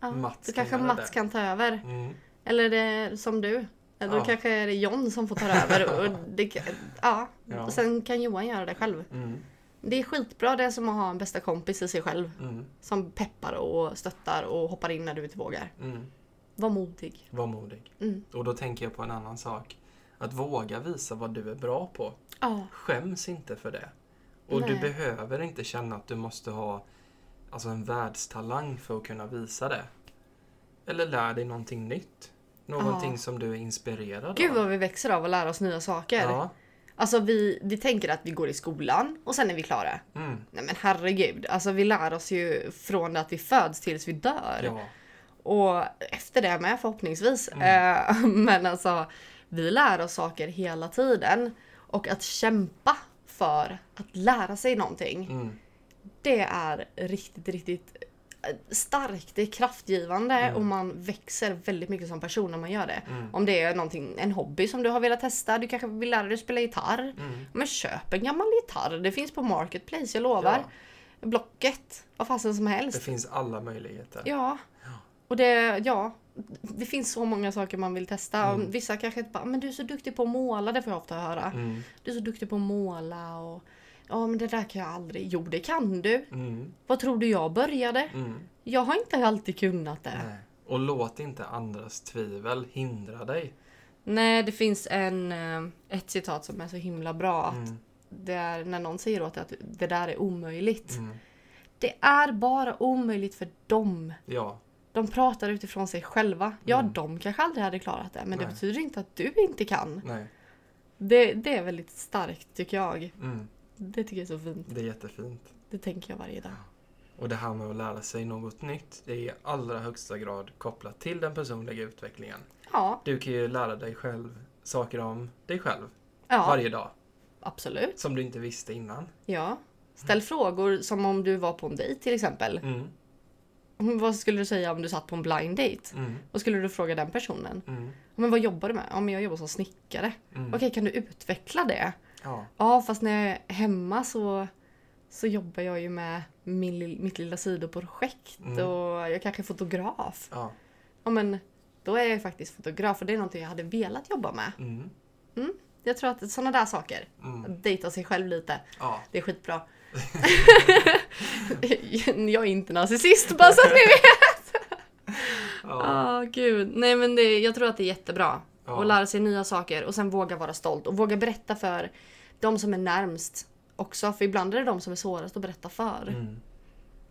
Speaker 1: Ja,
Speaker 2: Mats
Speaker 1: då
Speaker 2: kan
Speaker 1: kanske
Speaker 2: göra
Speaker 1: Mats
Speaker 2: det.
Speaker 1: kan ta över.
Speaker 2: Mm.
Speaker 1: Eller det, som du. Eller
Speaker 2: Ja.
Speaker 1: Då kanske är det John som får ta över.
Speaker 2: <laughs>
Speaker 1: Och det, kan- ja.
Speaker 2: Ja.
Speaker 1: Och sen kan Johan göra det själv.
Speaker 2: Mm.
Speaker 1: Det är skitbra det är som att ha en bästa kompis i sig själv.
Speaker 2: Mm.
Speaker 1: Som peppar och stöttar och hoppar in när du inte vågar.
Speaker 2: Mm.
Speaker 1: Var modig.
Speaker 2: Var modig.
Speaker 1: Mm.
Speaker 2: Och då tänker jag på en annan sak. Att våga visa vad du är bra på.
Speaker 1: Ja.
Speaker 2: Skäms inte för det. Och du
Speaker 1: Nej.
Speaker 2: behöver inte känna att du måste ha alltså en världstalang för att kunna visa det. Eller lär dig någonting nytt. Någonting som du är inspirerad
Speaker 1: Gud
Speaker 2: av.
Speaker 1: vad vi växer av att lära oss nya saker.
Speaker 2: Ja.
Speaker 1: Alltså vi, vi tänker att vi går i skolan och sen är vi klara.
Speaker 2: Mm.
Speaker 1: Nej men herregud. Alltså vi lär oss ju från det att vi föds tills vi dör.
Speaker 2: ja.
Speaker 1: Och efter det med förhoppningsvis. Eh, <laughs> men alltså, vi lär oss saker hela tiden. Och att kämpa för att lära sig någonting,
Speaker 2: Mm.
Speaker 1: det är riktigt, riktigt eh, starkt. Det är kraftgivande och man växer väldigt mycket som person när man gör det. Om det är någonting, en hobby som du har velat testa, du kanske vill lära dig att spela gitarr. Men köp en gammal gitarr, det finns på Marketplace, jag lovar. Blocket, vad fasen som helst.
Speaker 2: Det finns alla möjligheter.
Speaker 1: Ja. Och det, ja. Det finns så många saker man vill testa. Och Vissa kanske inte bara, "Ah, men du är så duktig på att måla, det får jag ofta höra.
Speaker 2: Mm.
Speaker 1: Du är så duktig på att måla och ja men det där kan jag aldrig. Jo det kan du.
Speaker 2: Mm.
Speaker 1: Vad tror du jag började?
Speaker 2: Mm.
Speaker 1: Jag har inte alltid kunnat det. Nej,
Speaker 2: Nej. Och låt inte andras tvivel hindra dig.
Speaker 1: det finns en, eh, ett citat som är så himla bra. Att
Speaker 2: Mm.
Speaker 1: det är när någon säger åt dig att det där är omöjligt.
Speaker 2: Mm.
Speaker 1: Det är bara omöjligt för dem.
Speaker 2: Ja.
Speaker 1: De pratar utifrån sig själva. Ja, de kanske aldrig hade klarat det, men det
Speaker 2: Mm. Nej.
Speaker 1: betyder inte att du inte kan.
Speaker 2: Nej.
Speaker 1: Det, det är väldigt starkt tycker jag.
Speaker 2: Mm.
Speaker 1: Det tycker jag är så fint.
Speaker 2: Det är jättefint.
Speaker 1: Det tänker jag varje dag.
Speaker 2: Och det här med att lära sig något nytt, det är i allra högsta grad kopplat till den personliga utvecklingen.
Speaker 1: Ja,
Speaker 2: Du kan ju lära dig själv saker om dig själv
Speaker 1: ja
Speaker 2: varje dag,
Speaker 1: absolut.
Speaker 2: som du inte visste innan.
Speaker 1: Ja. Ställ frågor som om du var på en dejt till exempel. Mm,
Speaker 2: Mm,
Speaker 1: Vad skulle du säga om du satt på en blind date?
Speaker 2: mm,
Speaker 1: Vad skulle du fråga den personen?
Speaker 2: mm,
Speaker 1: Men vad jobbar du med? Ja, men jag jobbar som snickare.
Speaker 2: mm.
Speaker 1: Okej, kan du utveckla det?
Speaker 2: Ja,
Speaker 1: Ja, fast när jag är hemma så, så jobbar jag ju med min, lill- mitt lilla sidoprojekt
Speaker 2: Mm.
Speaker 1: och jag kanske är fotograf.
Speaker 2: ja.
Speaker 1: Ja, men då är jag ju faktiskt fotograf och det är någonting jag hade velat jobba med.
Speaker 2: Mm,
Speaker 1: Jag tror att sådana där saker,
Speaker 2: mm,
Speaker 1: att dejta sig själv lite,
Speaker 2: ja.
Speaker 1: det är skitbra. <laughs> jag är inte narcissist bara så att ni vet!
Speaker 2: ja.
Speaker 1: Åh gud. Nej men det, jag tror att det är jättebra.
Speaker 2: Ja.
Speaker 1: Att lära sig nya saker och sen våga vara stolt och våga berätta för de som är närmst också. För ibland är det de som är svårast att berätta för.
Speaker 2: Mm.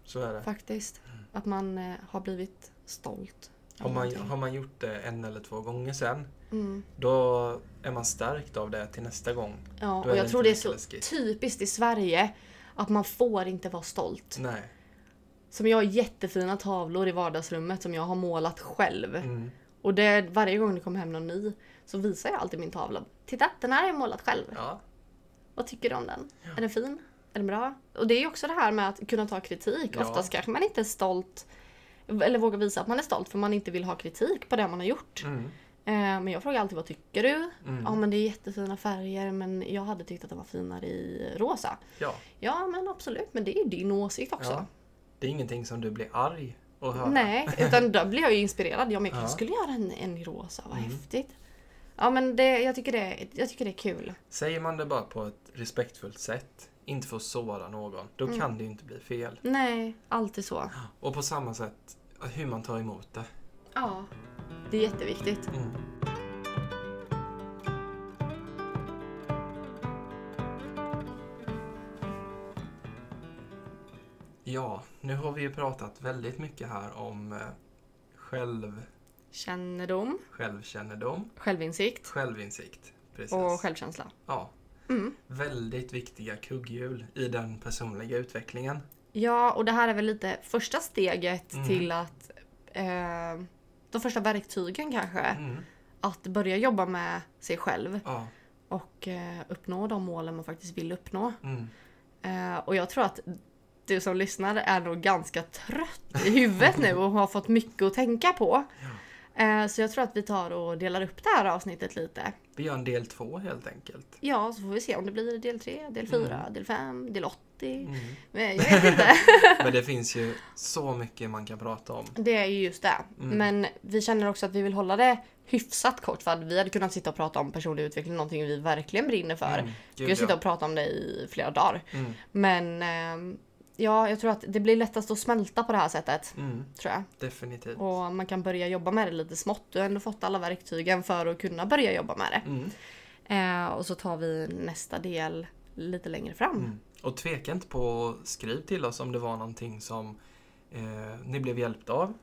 Speaker 2: Så är det.
Speaker 1: Faktiskt. Att man eh, har blivit stolt.
Speaker 2: Har man, har man gjort det en eller två gånger sen,
Speaker 1: Mm.
Speaker 2: då är man stärkt av det till nästa gång.
Speaker 1: Ja,
Speaker 2: Då är
Speaker 1: och
Speaker 2: det
Speaker 1: jag tror det
Speaker 2: inte
Speaker 1: är
Speaker 2: lika
Speaker 1: så
Speaker 2: läskigt.
Speaker 1: typiskt i Sverige att man får inte vara stolt.
Speaker 2: Nej.
Speaker 1: Som jag har jättefina tavlor i vardagsrummet som jag har målat själv.
Speaker 2: Mm.
Speaker 1: Och det, varje gång det kommer hem någon ny så visar jag alltid min tavla. Titta, den här har jag målat själv.
Speaker 2: Ja.
Speaker 1: Vad tycker du om den? Är den fin? Är den bra? Och det är ju också det här med att kunna ta kritik.
Speaker 2: Ja.
Speaker 1: Oftast kanske man inte är stolt eller vågar visa att man är stolt för man inte vill ha kritik på det man har gjort.
Speaker 2: Mm.
Speaker 1: Eh, men jag frågar alltid vad tycker du?
Speaker 2: Mm.
Speaker 1: Ja men det är jättefina färger men jag hade tyckt att de var finare i rosa.
Speaker 2: ja.
Speaker 1: Ja men absolut men det är ju din åsikt också.
Speaker 2: Ja. Det är ingenting som du blir arg och höra.
Speaker 1: Nej, utan då blir jag ju inspirerad. Jag, men,
Speaker 2: Ja.
Speaker 1: jag skulle göra en, en i rosa, vad
Speaker 2: Mm.
Speaker 1: häftigt. Ja men det, jag, tycker det, jag tycker det är kul.
Speaker 2: Säger man det bara på ett respektfullt sätt, inte för att såra någon, då
Speaker 1: Mm.
Speaker 2: kan det ju inte bli fel.
Speaker 1: Nej, alltid så.
Speaker 2: Och på samma sätt hur man tar emot det.
Speaker 1: Ja, det är jätteviktigt.
Speaker 2: Mm. Ja, nu har vi ju pratat väldigt mycket här om eh, själv,
Speaker 1: Kännedom,
Speaker 2: självkännedom,
Speaker 3: Självinsikt
Speaker 2: självinsikt. Precis.
Speaker 3: och självkänsla.
Speaker 2: ja,
Speaker 1: Mm.
Speaker 2: väldigt viktiga kugghjul i den personliga utvecklingen.
Speaker 1: Ja, och det här är väl lite första steget
Speaker 2: Mm.
Speaker 1: till att... Eh, de första verktygen kanske.
Speaker 2: Mm.
Speaker 1: Att börja jobba med sig själv
Speaker 2: Ja,
Speaker 1: och eh, uppnå de målen man faktiskt vill uppnå.
Speaker 2: mm.
Speaker 1: Eh, och jag tror att du som lyssnar är nog ganska trött i huvudet nu och har fått mycket att tänka på. Eh, så jag tror att vi tar och delar upp det här avsnittet lite.
Speaker 2: Vi gör en del två helt enkelt.
Speaker 1: Ja, så får vi se om det blir del 3, del 4, del 5, del 80.
Speaker 2: Mm.
Speaker 1: Men jag vet inte.
Speaker 2: Men det finns ju så mycket man kan prata om.
Speaker 1: Det är ju just det.
Speaker 2: Mm.
Speaker 1: Men vi känner också att vi vill hålla det hyfsat kort för att vi hade kunnat sitta och prata om personlig utveckling, någonting vi verkligen brinner för.
Speaker 2: Mm,
Speaker 1: vi
Speaker 2: gud,
Speaker 1: kan sitta
Speaker 2: ja.
Speaker 1: och prata om det i flera dagar.
Speaker 2: Mm.
Speaker 1: Men ehm, ja, jag tror att det blir lättast att smälta på det här sättet.
Speaker 2: Mm.
Speaker 1: Tror jag.
Speaker 2: Definitivt.
Speaker 1: Och man kan börja jobba med det lite smått. Du har ändå fått alla verktygen för att kunna börja jobba med det.
Speaker 2: Mm.
Speaker 1: Eh, och så tar vi nästa del lite längre fram.
Speaker 2: Mm. Och tveka inte på att skriv till oss om det var någonting som eh, ni blev hjälpta av.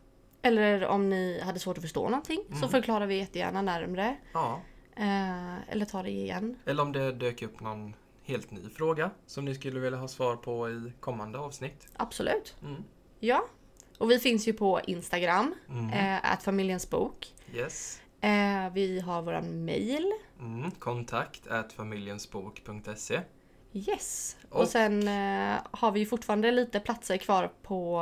Speaker 1: Eller om ni hade svårt att förstå någonting så
Speaker 2: Mm.
Speaker 1: förklarar vi jättegärna närmre.
Speaker 2: Ja.
Speaker 1: Eh, eller tar det igen.
Speaker 2: Eller om det dök upp någon helt ny fråga som ni skulle vilja ha svar på i kommande avsnitt.
Speaker 1: Absolut.
Speaker 2: Mm.
Speaker 1: Ja. Och vi finns ju på Instagram,
Speaker 2: Mm.
Speaker 1: eh, att familjens bok.
Speaker 2: Yes.
Speaker 1: Eh, vi har våran mail.
Speaker 2: Mm. Kontakt at familjensbok.se
Speaker 1: Yes.
Speaker 2: Och-
Speaker 1: Och sen eh, har vi ju fortfarande lite platser kvar på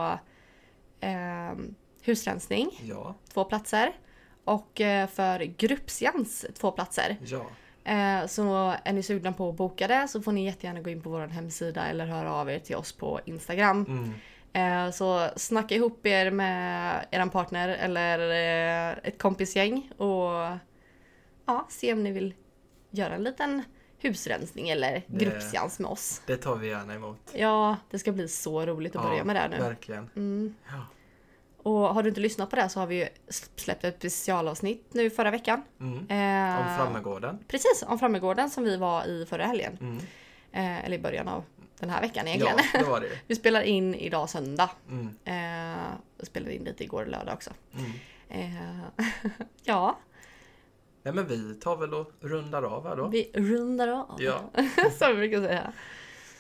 Speaker 1: eh, husrensning,
Speaker 2: Ja,
Speaker 1: två platser. Och eh, för gruppsjans, två platser.
Speaker 2: ja.
Speaker 1: Eh, så är ni sugna på att boka det så får ni jättegärna gå in på vår hemsida eller höra av er till oss på Instagram.
Speaker 2: Mm.
Speaker 1: Eh, så snacka ihop er med er partner eller eh, ett kompisgäng och ja, se om ni vill göra en liten husrensning eller
Speaker 2: Det-
Speaker 1: gruppsjans med oss.
Speaker 2: Det tar vi gärna emot.
Speaker 1: Ja, det ska bli så roligt att börja med det här nu.
Speaker 2: Verkligen.
Speaker 1: Mm.
Speaker 2: Ja.
Speaker 1: Och har du inte lyssnat på det här så har vi ju släppt ett specialavsnitt nu förra veckan.
Speaker 2: Mm.
Speaker 1: Eh,
Speaker 2: Om Frammegården.
Speaker 1: Precis, om Frammegården som vi var i förra helgen.
Speaker 2: Mm.
Speaker 1: Eh, eller i början av den här veckan egentligen.
Speaker 2: Ja, det var det ju.
Speaker 1: <laughs> Vi spelar in idag söndag.
Speaker 2: Mm.
Speaker 1: Eh, och spelade in lite igår lördag också.
Speaker 2: Mm.
Speaker 1: Eh, <laughs> ja,
Speaker 2: Nej, men vi tar väl och rundar av här då.
Speaker 1: vi rundar av. <laughs>
Speaker 2: Ja.
Speaker 1: Som vi brukar säga.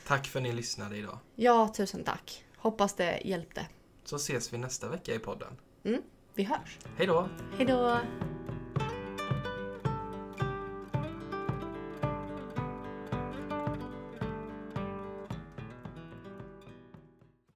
Speaker 2: Tack för att ni lyssnade idag.
Speaker 1: Ja, tusen tack. Hoppas det hjälpte.
Speaker 2: Så ses vi nästa vecka i podden.
Speaker 1: Mm, vi hörs.
Speaker 2: Hej då!
Speaker 1: Hej då!